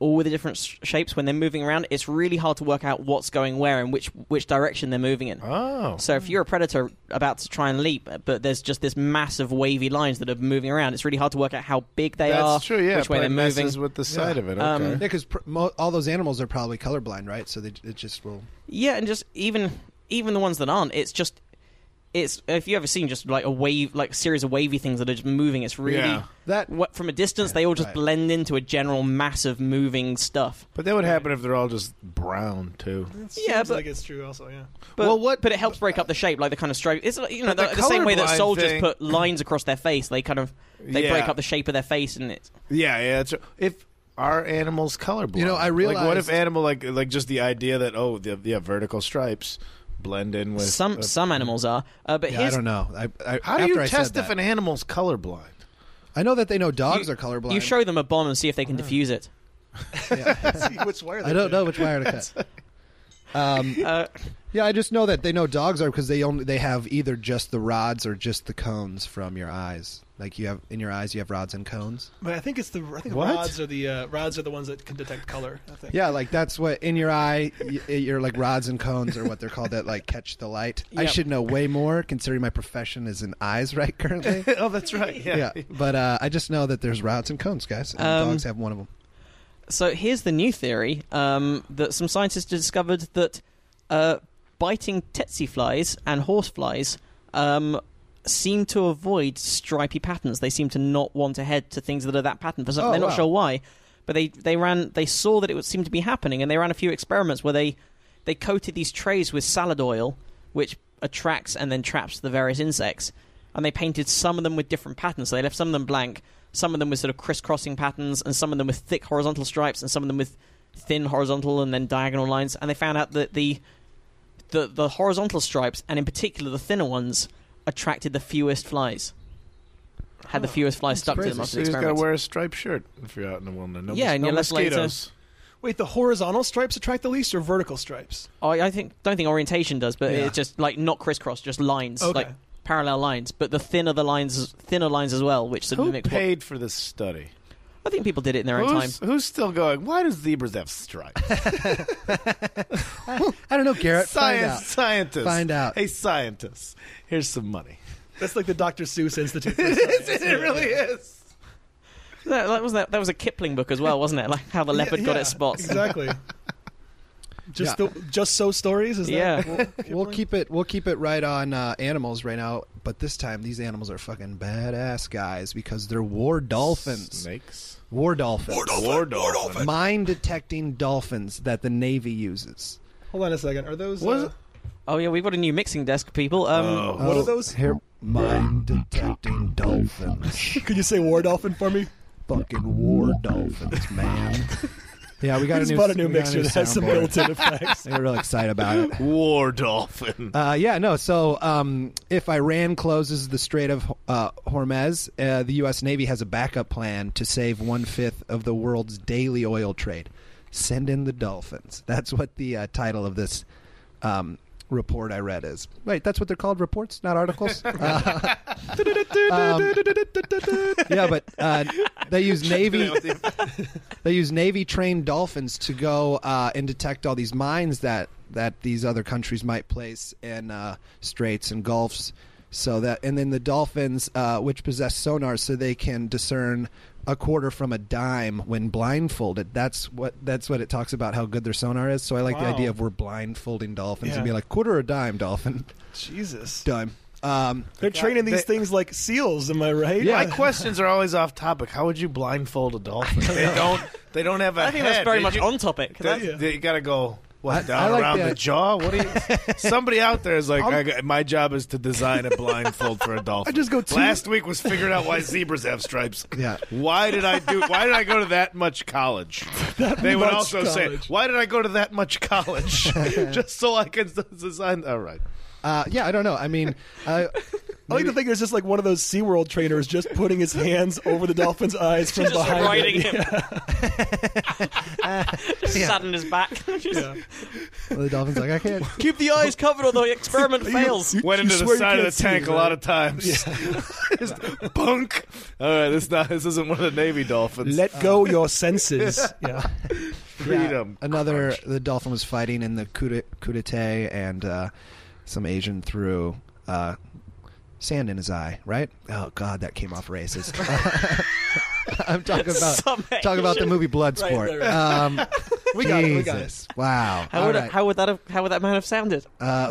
C: all with the different s- shapes when they're moving around it's really hard to work out what's going where and which which direction they're moving in.
D: Oh.
C: So if you're a predator about to try and leap, but there's just this mass of wavy lines that are moving around, it's really hard to work out how big they
D: That's
C: are,
D: true, yeah.
C: which way they're
D: probably
C: moving.
D: messes with the side of it. Okay.
C: Um,
B: because pr- mo- all those animals are probably colorblind, right? So they it just will.
C: Yeah, and just even even the ones that aren't, it's just it's if you ever seen just like a wave, like series of wavy things that are just moving, it's really
D: Yeah.
B: That-
C: what, from a distance they all just
B: right.
C: blend into a general mass of moving stuff.
D: but that would happen if they're all just brown too.
C: Yeah,
E: Seems
C: but-
E: like it's true. Also, yeah.
C: But,
D: Well, what-
C: But it helps break up the shape, like the kind of stroke. It's like, you know
D: But
C: the,
D: the
C: the same way that
D: colorblind
C: soldiers
D: thing-
C: put lines across their face. They kind of they
D: Yeah.
C: break up the shape of their face, and it's
D: Yeah, yeah. That's, if are animals colorblind?
B: You know, I
D: like, what if
B: realized-
D: animal like like just the idea that oh the yeah vertical stripes blend in with
C: some
D: uh,
C: some animals are. Uh, but
B: Yeah, I
C: here's
B: don't know. I, I,
D: how do
B: after
D: you
B: I said
D: test if
B: that-
D: an animal's colorblind?
B: I know that they know dogs are colorblind.
C: you show them a bomb and see if they can defuse it.
E: See which wire
B: I don't know which wire to cut. Um,
C: Uh,
B: yeah, I just know that they know dogs are because they only they have either just the rods or just the cones from your eyes. Like you have in your eyes, you have rods and cones.
E: But I think it's the I think
D: What?
E: rods are the uh, rods are the ones that can detect color. I think.
B: Yeah, like that's what in your eye, y- your like rods and cones are what they're called that like catch the light. I
C: Yep.
B: should know way more considering my profession is in eyes right currently.
D: oh, that's right.
B: yeah, but uh, I just know that there's rods and cones, guys. And
C: Um,
B: dogs have one of them.
C: So here's the new theory um, that some scientists discovered that uh, biting tsetse flies and horse flies um, seem to avoid stripy patterns. They seem to not want to head to things that are that pattern for some.
B: Oh,
C: they're not
B: wow.
C: sure why, but they they ran they saw that it would seem to be happening, and they ran a few experiments where they they coated these trays with salad oil, which attracts and then traps the various insects. And they painted some of them with different patterns. So they left some of them blank, some of them with sort of crisscrossing patterns, and some of them with thick horizontal stripes, and some of them with thin horizontal and then diagonal lines. And they found out that the the, the horizontal stripes, and in particular the thinner ones, attracted the fewest flies. Had the fewest flies stuck to
B: crazy.
C: them after
D: So
C: the
D: you just gotta
C: experiment.
D: wear a striped shirt if you're out in the wilderness. No,
C: Yeah,
D: mos-
C: and
D: no
C: you're less likely to-
D: mosquitoes.
E: Wait, the horizontal stripes attract the least, or vertical stripes?
C: Oh, I think don't think orientation does, but
E: Yeah.
C: it's just like not crisscross, just lines,
E: Okay.
C: like parallel lines. But the thinner the lines, thinner lines as well, which sort of
D: Who
C: mimics what-
D: paid for this study?
C: I think people did it in their own time.
D: Who's, who's still going? Why do zebras have stripes?
B: I don't know, Garrett. Find
D: Science,
B: out.
D: scientists.
B: Find out.
D: Hey, scientists, here's some money.
E: That's like the Dr. Seuss Institute. for Science.
D: it really is.
C: That, that was that, that was a Kipling book as well, wasn't it? Like how the leopard got
E: Yeah,
C: its spots.
E: Exactly. Just the, just so stories is
C: Yeah.
E: that? Well,
B: We'll keep it. We'll keep it right on uh, animals right now. But this time, these animals are fucking badass guys because they're war dolphins.
D: Snakes.
B: War dolphins.
D: War dolphin.
B: Mine detecting dolphins that the Navy uses.
E: Hold on a second. Are those
D: Was-
E: uh,
C: Oh yeah, we've got a new mixing desk, people. Um,
D: Oh.
E: What are those?
B: Here, mine detecting dolphins.
E: Could you say war dolphin for me?
B: Fucking war dolphins, man. Yeah, we got
E: I
B: a
E: just
B: new,
E: bought a new
B: we got
E: mixture that has some
B: soundboard.
E: built-in effects.
B: They're real excited about it.
D: War dolphin.
B: Uh, yeah, no. So um, if Iran closes the Strait of uh, Hormuz, uh, the U.S. Navy has a backup plan to save one fifth of the world's daily oil trade. Send in the dolphins. That's what the uh, title of this um, report I read is. Wait, that's what they're called reports, not articles. Uh, um, yeah, but uh, they use Navy they use navy trained dolphins to go uh, and detect all these mines that that these other countries might place in uh, straits and gulfs so that and then the dolphins uh, which possess sonar so they can discern a quarter from a dime when blindfolded that's what that's what it talks about how good their sonar is so i like the
E: Wow.
B: idea of we're blindfolding dolphins and
E: Yeah.
B: be like quarter or dime dolphin
E: Jesus.
B: dime um,
E: They're training these things like seals, am I right?
D: My questions are always off topic. How would you blindfold a dolphin? They don't. They don't have a
C: I think
D: head.
C: that's very
D: They
C: much
D: ju-
C: on topic.
D: They,
C: That-
D: they gotta go. What
B: I-
D: down
B: I like
D: around
B: the-
D: the, jaw? What? Are you, somebody out there is like, I got, my job is to design a blindfold for a dolphin.
B: just go too-
D: Last week was figuring out why zebras have stripes.
B: Yeah.
D: Why did I do? Why did I go to that much college? they would
E: much
D: also
E: college.
D: say, why did I go to that much college? just so I can s- design. All right.
B: Uh, yeah, I don't know. I mean, uh,
E: I like to think there's just like one of those SeaWorld trainers just putting his hands over the dolphin's eyes from
C: Just
E: behind.
C: riding
E: it.
C: him. Just
B: yeah.
C: sat on his back. Just-
E: Yeah.
B: the dolphin's like, I can't.
C: Keep the eyes covered or the experiment fails.
D: Went
E: You
D: into
E: swear
D: the
E: you
D: side of
E: can't
D: the
E: see,
D: tank a
E: right?
D: lot of times. Just bunk. All right, this not this isn't one of the Navy dolphins.
E: Let go your senses. Yeah.
D: freedom.
B: Another, the dolphin was fighting in the coup de, coup d'etat, and uh, some Asian threw uh, sand in his eye. Right? Oh God, that came off racist. I'm talking about
C: Some
B: talking about the
C: Asian.
B: movie Bloodsport.
E: there,
B: Um,
E: We
B: Jesus.
E: got it, we got it.
B: Wow.
C: How
B: All
C: would,
B: right.
C: how would that have, how would that man have sounded?
B: Uh,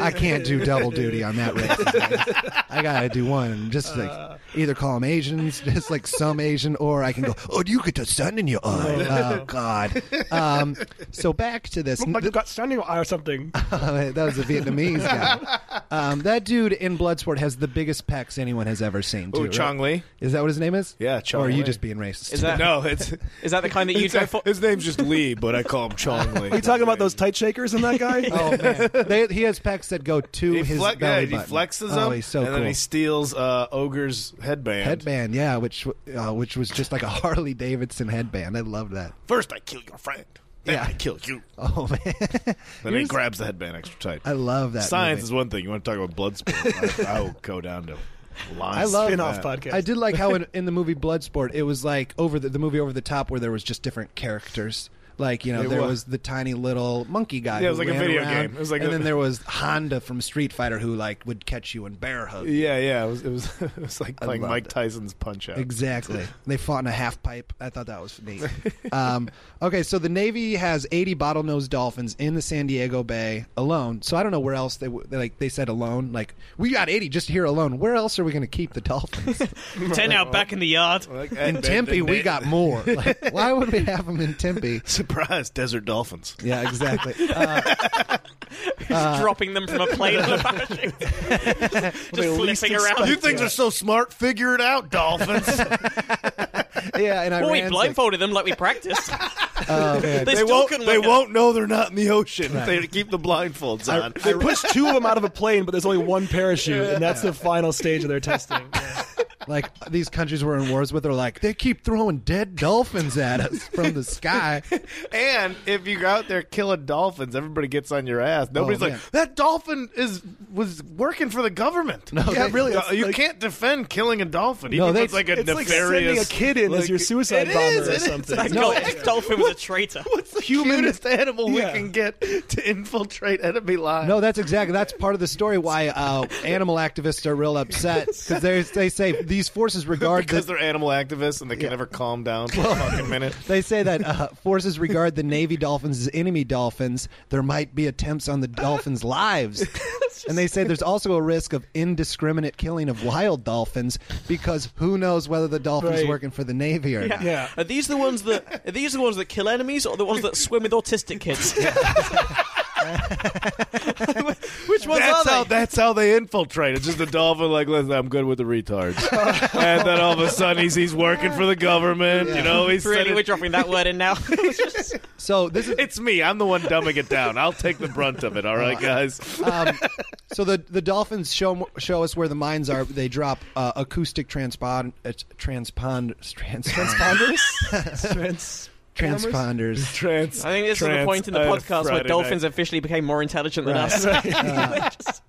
B: I can't do double duty on that race. I gotta do one. Just like
E: Uh.
B: either call them Asians, just like some Asian, or I can go. Oh, do you get the sun in your eye? Oh God. Um, so back to this.
E: Look like you got sand in your eye or something.
B: that was a Vietnamese guy. Um, that dude in Bloodsport has the biggest pecs anyone has ever seen. Too,
D: Ooh,
B: right?
D: Chong Lee.
B: Is that what his name is?
D: Yeah, Chong
B: Or are you
D: Lee.
B: just being racist?
C: Is that
D: No, it's
C: is that the kind that you'd
D: his,
C: go for?
D: his name's just Lee, but I call him Chong Lee.
E: Are you talking about those tight shakers and that guy?
B: Oh man, they, he has pecs that go to
D: He,
B: his
D: flex, yeah,
B: belly
D: he
B: button.
D: flexes
B: oh,
D: them,
B: he's so
D: and
B: cool.
D: then he steals uh, Ogre's headband.
B: headband yeah which uh, which was just like a harley davidson headband i loved that
D: First, I kill your friend. Then
B: Yeah.
D: I kill you.
B: oh man
D: Then
B: You're
D: he
B: s-
D: grabs the headband extra tight.
B: i love that
D: Science
B: movie.
D: is one thing. You want to talk about Bloodsport? I, I will go down to.
B: I love
E: Spin-off
D: that.
E: podcast.
B: I did like how in, in the movie Bloodsport, it was like over the, the movie over the top where there was just different characters. Like you know,
D: It
B: there
D: wa-
B: was the tiny little monkey guy.
D: Yeah, it was
B: who
D: like a
B: ran
D: video
B: around,
D: game. It was like
B: and
D: a-
B: then there was Honda from Street Fighter who like would catch you and bear hug. you.
D: Yeah, yeah. It was it was, it was like playing
B: loved
D: Mike
B: it.
D: Tyson's Punch Out.
B: Exactly. they fought in a half pipe. I thought that was neat. Um, okay, so the Navy has 80 bottlenose dolphins in the San Diego Bay alone. So I don't know where else they, w- they like they said alone. Like we got 80 just here alone. Where else are we going to keep the dolphins?
C: Ten out back in the yard.
D: Like,
B: in
D: and-
B: Tempe,
D: and-
B: we
D: and-
B: got more. Like, why would we have them in Tempe?
D: surprise desert dolphins.
B: Yeah, exactly. Uh,
C: Just dropping them from a plane on a parachute. Just flipping around.
D: You things are so smart. Figure it out, dolphins.
B: yeah, and I
C: Well, we
B: ran
C: blindfolded them like we practiced.
B: Oh, man.
C: They
D: they
C: still
D: won't.
C: couldn't
D: They
C: look at-
D: won't know they're not in the ocean if they keep the blindfolds on.
E: They push two of them out of a plane, but there's only one parachute, and that's the final stage of their testing.
B: like these countries we're in wars with are like they keep throwing dead dolphins at us from the sky.
D: and if you're out there killing dolphins, everybody gets on your ass.
E: Oh,
D: Nobody's
B: man.
D: like that dolphin is was working for the government. No,
B: Yeah, they-
E: really, it's
D: you
E: like-
D: can't defend killing a dolphin.
B: No,
D: even
B: they-
D: if it's like a
E: It's like
D: nefarious.
E: sending a kid in as your suicide
D: It
E: bomber
D: is,
E: or
D: it is.
E: something.
C: That
B: No.
C: gol- dolphin was a traitor.
D: What's the humanest animal
E: Yeah.
D: we can get to infiltrate enemy lines?
B: No, that's exactly that's part of the story why uh, animal activists are real upset because they they say these forces regard
D: because
B: the,
D: they're animal activists and they can never calm down for a fucking minute.
B: they say that uh, forces regard the navy dolphins as enemy dolphins. There might be attempts on the dolphins' lives, and they say there's also a risk of indiscriminate killing of wild dolphins because who knows whether the dolphin's
E: Right.
B: working for the navy or not.
E: Yeah.
C: Are these the ones that are these the ones that kill enemies or the ones that swim with autistic kids? Which ones are
D: That's
C: they?
D: how that's how they infiltrate. It's just a dolphin like, listen, I'm good with the retards, and then all of a sudden he's he's working for the government. You know, he's
C: Really,
D: sending-
C: we're dropping that word in now. It's just-
B: So this is
D: it's me. I'm the one dumbing it down. I'll take the brunt of it. All right, guys.
B: um, so the the dolphins show show us where the mines are. They drop uh, acoustic transpond uh, transpond trans,
E: Transponders? Trans-
B: transponders.
D: Trans.
C: I think this is the
D: trans-
C: point in the
D: I had a
C: podcast where
D: Friday
C: dolphins
D: night.
C: officially became more intelligent than
B: Right.
C: us.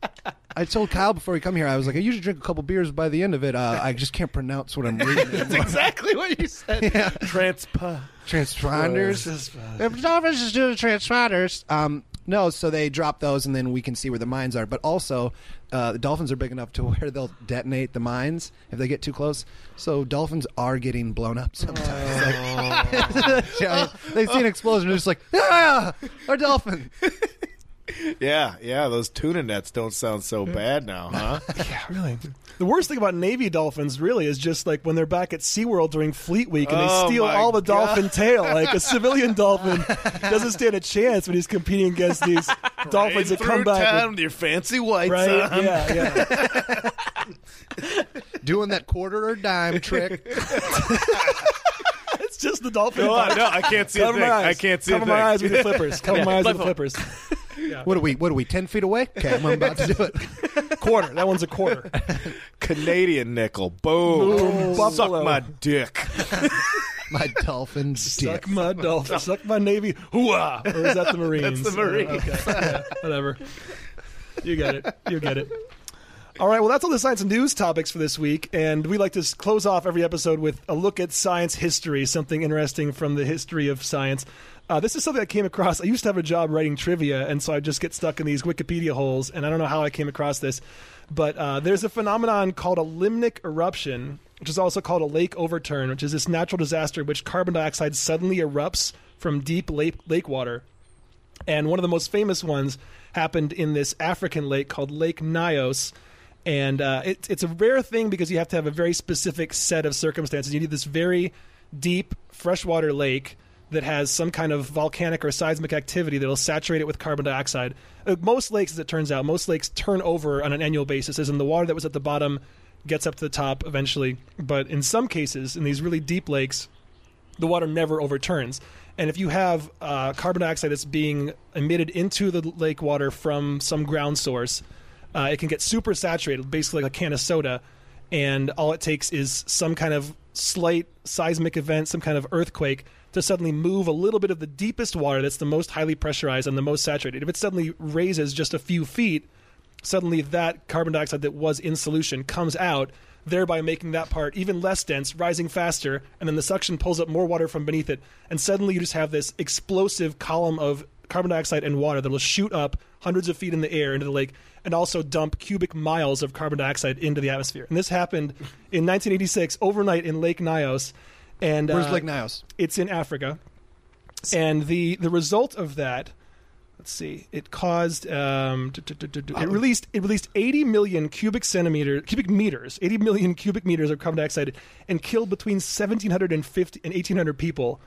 B: I told Kyle before he come here, I was like, I usually drink a couple beers. By the end of it, uh, I just can't pronounce what I'm reading.
D: That's exactly what you said. Transpa.
B: transponders. If dolphins just do the transponders. Um, no, so they drop those, and then we can see where the mines are. But also, uh, the dolphins are big enough to where they'll detonate the mines if they get too close. So dolphins are getting blown up sometimes. Like, giant- they see an explosion, they're just like, ah, our dolphin.
D: Yeah, yeah. Those tuna nets don't sound so bad now, huh?
E: Yeah, really. The worst thing about Navy dolphins really is just like when they're back at SeaWorld during Fleet Week and
D: Oh,
E: they steal
D: my
E: all the
D: God.
E: dolphin tail. Like a civilian dolphin doesn't stand a chance when he's competing against these dolphins
D: Raiding
E: that come
D: through
E: back.
D: town
E: with-
D: with your fancy whites
E: Right?
D: on.
E: Yeah, yeah.
B: Doing that quarter or dime trick.
E: It's just the dolphin.
D: No, I,
E: box.
D: no, I can't see a
E: Cover
D: thing.
E: my eyes.
D: I can't see
E: Cover
D: a thing.
E: my eyes with your flippers. Cover my eyes with
C: Flip
E: your flippers.
B: What are we? What are we? Ten feet away? Okay, I'm about to do it.
E: quarter. That one's a quarter.
D: Canadian nickel. Boom.
E: Boom.
D: Suck
E: Buffalo.
D: my dick.
B: my dolphin dick.
E: Suck my dolphin. Suck my navy. Hooah! Or is that the Marines?
D: the Marines.
E: Okay. Yeah, whatever. You get it. You get it. All right. Well, that's all the science news topics for this week, and we like to s- close off every episode with a look at science history, something interesting from the history of science. Uh, this is something I came across. I used to have a job writing trivia, and so I just get stuck in these Wikipedia holes, and I don't know how I came across this. But uh, there's a phenomenon called a limnic eruption, which is also called a lake overturn, which is this natural disaster in which carbon dioxide suddenly erupts from deep lake, lake water. And one of the most famous ones happened in this African lake called Lake Nyos. And uh, it, it's a rare thing because you have to have a very specific set of circumstances. You need this very deep freshwater lake that has some kind of volcanic or seismic activity that'll saturate it with carbon dioxide. Uh, most lakes, as it turns out, most lakes turn over on an annual basis, as in the water that was at the bottom gets up to the top eventually. But in some cases, in these really deep lakes, the water never overturns. And if you have uh, carbon dioxide that's being emitted into the lake water from some ground source, uh, it can get super saturated, basically like a can of soda. And all it takes is some kind of slight seismic event, some kind of earthquake, to suddenly move a little bit of the deepest water that's the most highly pressurized and the most saturated. If it suddenly raises just a few feet, suddenly that carbon dioxide that was in solution comes out, thereby making that part even less dense, rising faster, and then the suction pulls up more water from beneath it, and suddenly you just have this explosive column of carbon dioxide and water that will shoot up hundreds of feet in the air into the lake and also dump cubic miles of carbon dioxide into the atmosphere. And this happened in 1986 overnight in Lake Nyos. And
B: Where's
E: uh,
B: Lake Nios?
E: it's in Africa, and the the result of that, let's see, it caused um, du- du- du- du- du- it released it released 80 million cubic centimeter cubic meters, 80 million cubic meters of carbon dioxide, and killed between 1750 and 1800 people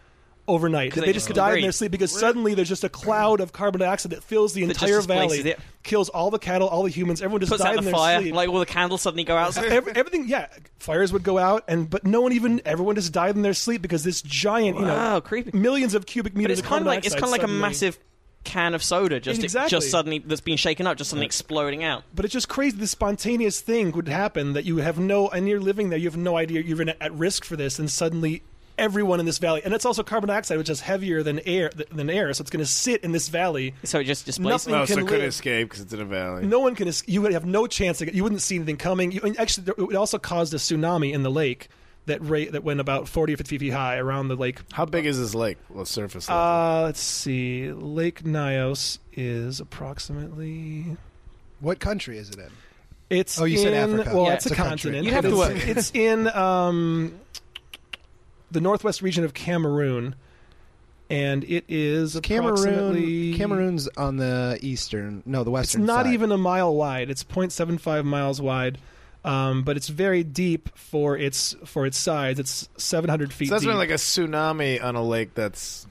E: overnight. They,
C: they
E: just
C: just
E: died in
C: couldn't
E: their
C: breathe.
E: sleep because suddenly there's just a cloud of carbon dioxide that fills the
C: That just
E: entire
C: displaces
E: valley,
C: it.
E: kills all the cattle, all the humans, everyone just
C: Puts
E: died
C: out
E: in
C: the
E: their
C: fire,
E: sleep
C: like all the candles suddenly go out.
E: every, everything yeah fires would go out and but no one even everyone just died in their sleep because this giant you know
C: Wow, creepy.
E: millions of cubic
C: but
E: meters
C: it's
E: of
C: kind of
E: carbon
C: like it's kind
E: dioxide
C: of like a
E: suddenly-
C: massive can of soda just
E: Exactly.
C: just suddenly that's been shaken up, just suddenly exploding out.
E: but it's just crazy this spontaneous thing would happen that you have no and you're living there you have no idea you're even at risk for this and suddenly everyone in this valley and it's also carbon dioxide which is heavier than air than air so it's going to sit in this valley
C: So it just displaces.
E: Nothing-
D: Oh, so
E: can
D: it couldn't
E: live.
D: escape because it's in a valley.
E: no one can. es- You would have no chance. To get, you wouldn't see anything coming. You, and actually, there- it also caused a tsunami in the lake that ra- that went about forty or fifty feet high around the lake.
D: How big is this lake? Well, surface level.
E: Uh, let's see. Lake Nyos is approximately.
B: What country is it in?
E: It's
B: Oh, you
E: in,
B: said Africa.
E: Well,
B: Yeah,
E: it's, a,
B: it's a country.
E: continent.
B: You'd have to
E: It's- It's in um, the northwest region of Cameroon, and it is approximately
B: Cameroon. Cameroon's on the eastern, no, the
E: It's
B: western.
E: not
B: side.
E: even a mile wide. It's 0.75 miles wide, um, but it's very deep for its for its size. It's 700 feet
D: so that's
E: deep.
D: been like a tsunami on a lake that's.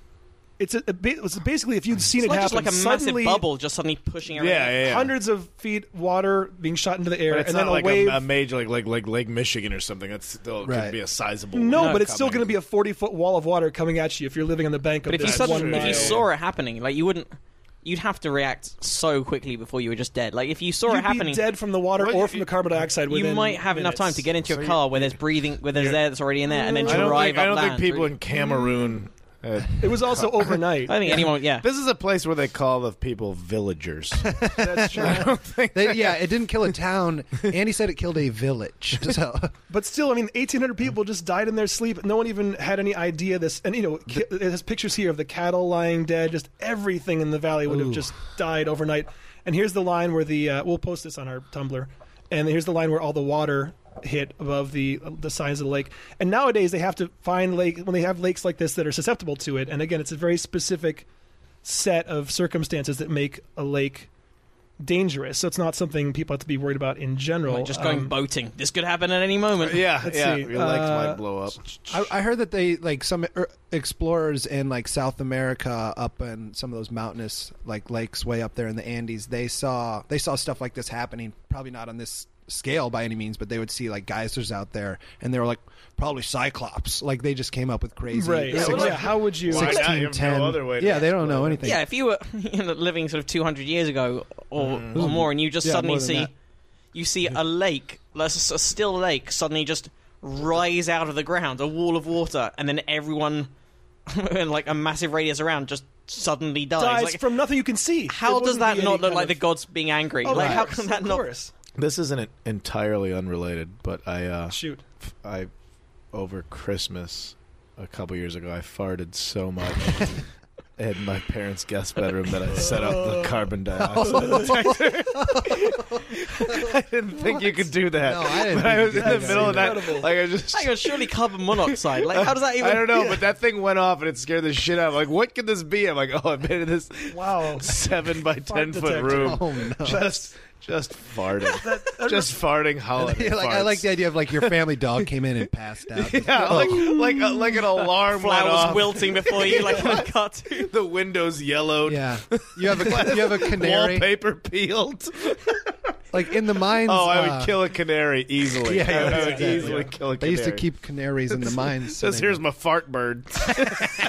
E: it's, a, a ba- it's basically if you'd
C: It's
E: seen it
C: like just
E: happen,
C: like a
E: suddenly
C: massive bubble just suddenly pushing
D: Yeah,
C: everything.
D: yeah, yeah.
E: hundreds of feet water being shot into the air,
D: But it's
E: and
D: not
E: then
D: like
E: a wave.
D: a, major like like like Lake Michigan or something. That's still
B: Right.
D: could be a sizable.
E: no,
D: wave
E: but it's still
D: coming.
E: going to be a 40 foot wall of water coming at you if you're living on the bank
C: But if
E: of
C: you
E: this
D: That's
E: one
C: suddenly if
E: mile.
C: you saw it happening, like you wouldn't, you'd have to react so quickly before you were just dead. Like if you saw it
E: You'd be
C: happening,
E: dead from the water
D: Well,
E: or
D: you-
E: from the carbon dioxide.
C: you
E: within
C: might have enough time
E: minutes.
C: to get into a car where there's breathing, where there's air that's already in there, and then
D: I
C: drive
D: don't think,
C: up
D: I don't
C: land.
D: think people in Cameroon. uh,
E: It was also overnight.
C: I don't think anyone. Yeah,
D: this is a place where they call the people villagers.
E: That's true.
B: They- yeah, it didn't kill a town. Andy said it killed a village. So
E: But still, I mean, 1,800 people just died in their sleep. No one even had any idea this. And, you know, ki- it has pictures here of the cattle lying dead. Just everything in the valley would have just died overnight. And here's the line where the, uh, we'll post this on our Tumblr. And here's the line where all the water hit above the the size of the lake. And nowadays they have to find lake when they have lakes like this that are susceptible to it. And again, it's a very specific set of circumstances that make a lake dangerous. So it's not something people have to be worried about in general.
C: like just going
E: Um,
C: boating. This could happen at any moment.
D: yeah,
E: Let's
D: yeah.
E: see,
D: Your legs
E: uh,
D: might blow up.
B: I, I heard that they like some er, explorers in like South America, up in some of those mountainous like lakes way up there in the Andes. They saw they saw stuff like this happening. Probably not on this scale by any means, but they would see like geysers out there, and they were like probably cyclops. Like they just came up with crazy.
E: Right. Yeah,
B: six-
E: well, yeah, how would you?
D: Why not? You have no
B: 10
D: other way to
B: yeah, they don't know
D: explore it.
B: anything.
E: Mm.
C: Yeah, if you were you know, living sort of 200 years ago or, or more, and you just
B: Yeah,
C: suddenly
B: more than
C: see,
B: that.
C: you see a lake, like a s- a still lake, suddenly just rise out of the ground, a wall of water, and then everyone in like a massive radius around just suddenly dies.
E: dies
C: Like,
E: from nothing you can see.
C: how
E: There
C: does
E: wouldn't
C: that
E: be any
C: not look
E: kind
C: like
E: of- Oh,
C: the gods being angry?
E: Of
C: like, how
E: course,
C: can that
E: of
C: not?
E: course.
D: This isn't entirely unrelated, but I uh,
E: Shoot.
D: I over Christmas a couple years ago I farted so much in my parents' guest bedroom that I set up the carbon
B: Oh.
D: dioxide detector. I didn't think you could do that.
B: No, I didn't
D: But I
B: think
D: was
B: you
D: in
B: could
D: the
B: do
D: middle of
E: that.
D: that. Like I just
C: Hang on, surely carbon monoxide. Like, how does that even?
D: I don't know, but that thing went off and it scared the shit out. of me. Like, what could this be? I'm like, oh, I've been in this
E: Wow.
D: seven by ten foot
E: detector.
D: room,
B: Oh no.
D: just just farting, just farting holiday.
B: Yeah, like I
D: farts.
B: like the idea of like your family dog came in and passed out.
D: Yeah, like like
B: uh,
D: a, like an alarm went
C: Flowers
D: off.
C: wilting before you, like in a cartoon.
D: the windows yellowed.
B: Yeah, you have a you have a canary.
D: Wallpaper peeled.
B: Like in the mines.
D: Oh, I
B: uh,
D: would kill a canary easily.
B: Yeah, yeah,
D: I would
B: exactly.
D: easily kill a
B: They
D: canary.
B: used to keep canaries in the mines. so
D: Says,
B: they-
D: here's my fart bird.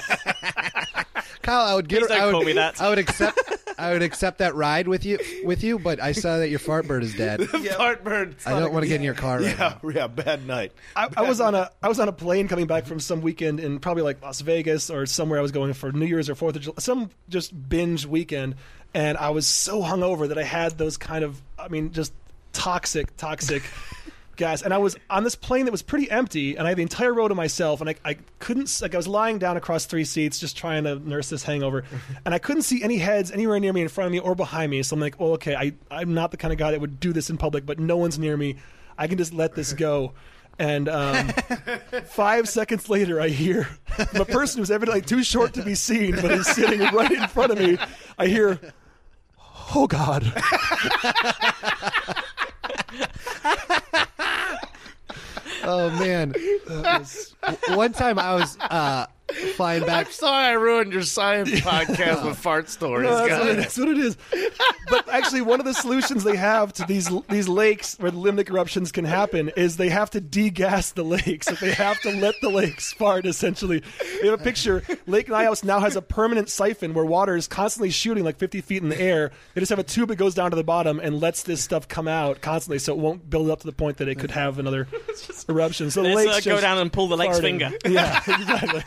B: Kyle. I would get.
C: Please don't
B: I would,
C: call me that.
B: I would accept. I would accept that ride with you. With you, but I saw that your fart bird is dead.
D: Fart bird.
B: I don't want to get in your car right
D: Yeah, yeah, bad night.
E: I, I was on a I was on a plane coming back from some weekend in probably like Las Vegas or somewhere I was going for New Year's or Fourth of July, some just binge weekend, and I was so hungover that I had those kind of I mean just toxic toxic gas, and I was on this plane that was pretty empty, and I had the entire row to myself, and I I couldn't s- like I was lying down across three seats just trying to nurse this hangover, and I couldn't see any heads anywhere near me in front of me or behind me, so I'm like, well, okay, I I'm not the kind of guy that would do this in public, but no one's near me. I can just let this go. And um, five seconds later, I hear from a person who's evidently too short to be seen, but is sitting right in front of me. I hear, "Oh God!"
B: now. Oh man. W- One time I was uh, flying back.
D: I'm sorry I ruined your science podcast with fart stories,
E: No, that's, what it,
D: guys.
E: Uh, that's what it is. But actually, one of the solutions they have to these these lakes where limbic eruptions can happen is they have to degas the lakes. Like, they have to let the lakes fart. Essentially, they have a picture. Lake Nyos now has a permanent siphon where water is constantly shooting like 50 feet in the air. They just have a tube that goes down to the bottom and lets this stuff come out constantly, so it won't build up to the point that it could have another eruption. So the
C: Let's
E: lakes
C: uh, go
E: just
C: down and pull the lake's
E: farting.
C: finger.
E: Yeah, exactly.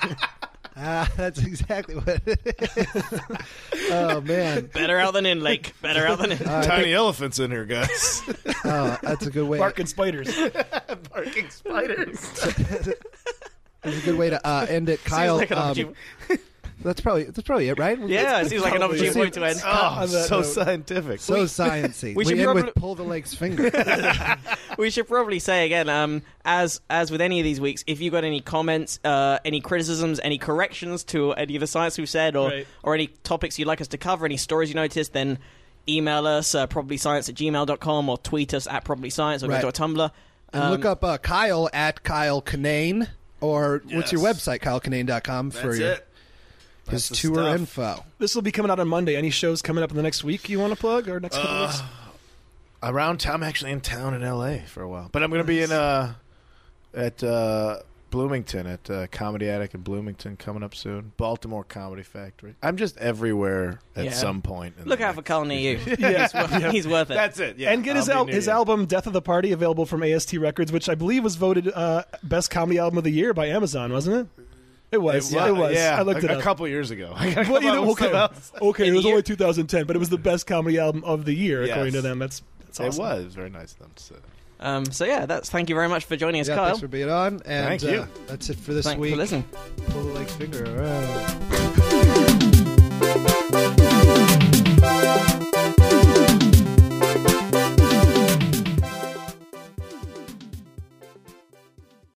B: Ah, that's exactly what. It is. oh man.
C: Better out than in lake. Better out than in.
E: Uh,
D: Tiny elephants in here, guys.
B: Oh, that's a good way.
E: Barking spiders.
D: Barking spiders.
B: That's a good way to uh, end it, Kyle.
C: like an
B: um,
C: opportune-
B: that's probably that's probably it, right?
C: yeah, it seems like an
E: probably-
C: opportune point to end.
D: Oh,
E: On that
D: so
E: note.
D: scientific.
B: So sciency. We,
C: we should
B: end
C: probably-
B: with pull the leg's finger.
C: we should probably say again, um, as as with any of these weeks, if you got any comments, uh, any criticisms, any corrections to any of the science we've said, or
E: Right.
C: or any topics you'd like us to cover, any stories you noticed, then email us uh, probablyscience at gmail.com or tweet us at probablyscience or
B: Right.
C: go to our Tumblr.
B: And
C: Um,
B: look up uh, Kyle at Kyle Kinane or what's your
D: Yes.
B: website, kylekinane.com, for your, his
D: That's the
B: tour
D: stuff.
B: info.
E: This will be coming out on Monday. Any shows coming up in the next week you want to plug or next couple of weeks?
C: Uh,
D: Around town, I'm actually in town in L.A. for a while, but I'm going to be in uh at uh Bloomington at uh, Comedy Attic in Bloomington coming up soon. Baltimore Comedy Factory. I'm just everywhere at
C: Yeah.
D: some point. in
C: look
D: the
C: out for
D: next-
C: Colin near you.
E: Yeah.
C: He's worth it.
D: That's it. Yeah,
E: and get his
D: I'll
E: al-
D: be near
E: his
D: you.
E: album Death of the Party available from AST Records, which I believe was voted uh, best comedy album of the year by Amazon, wasn't it? It was. It was.
D: Yeah,
E: I looked
D: a,
E: it
D: a
E: up.
D: couple years ago. I gotta
E: Well,
D: come
E: you
D: up
E: know,
D: with
E: okay,
D: something else.
E: okay, it
C: In
E: was
C: the
E: only
C: year-
E: 2010, but it was the best comedy album of the year according
D: Yes.
E: to them. That's that's awesome.
D: It was very nice of them. To say. that.
C: Um, so yeah, that's thank you very much for joining us,
B: yeah,
C: Kyle.
B: thanks for being on. And
D: Thank
B: uh,
D: you.
B: that's it for this
C: Thanks
B: week.
C: for listening.
B: Pull the leg's finger. All right.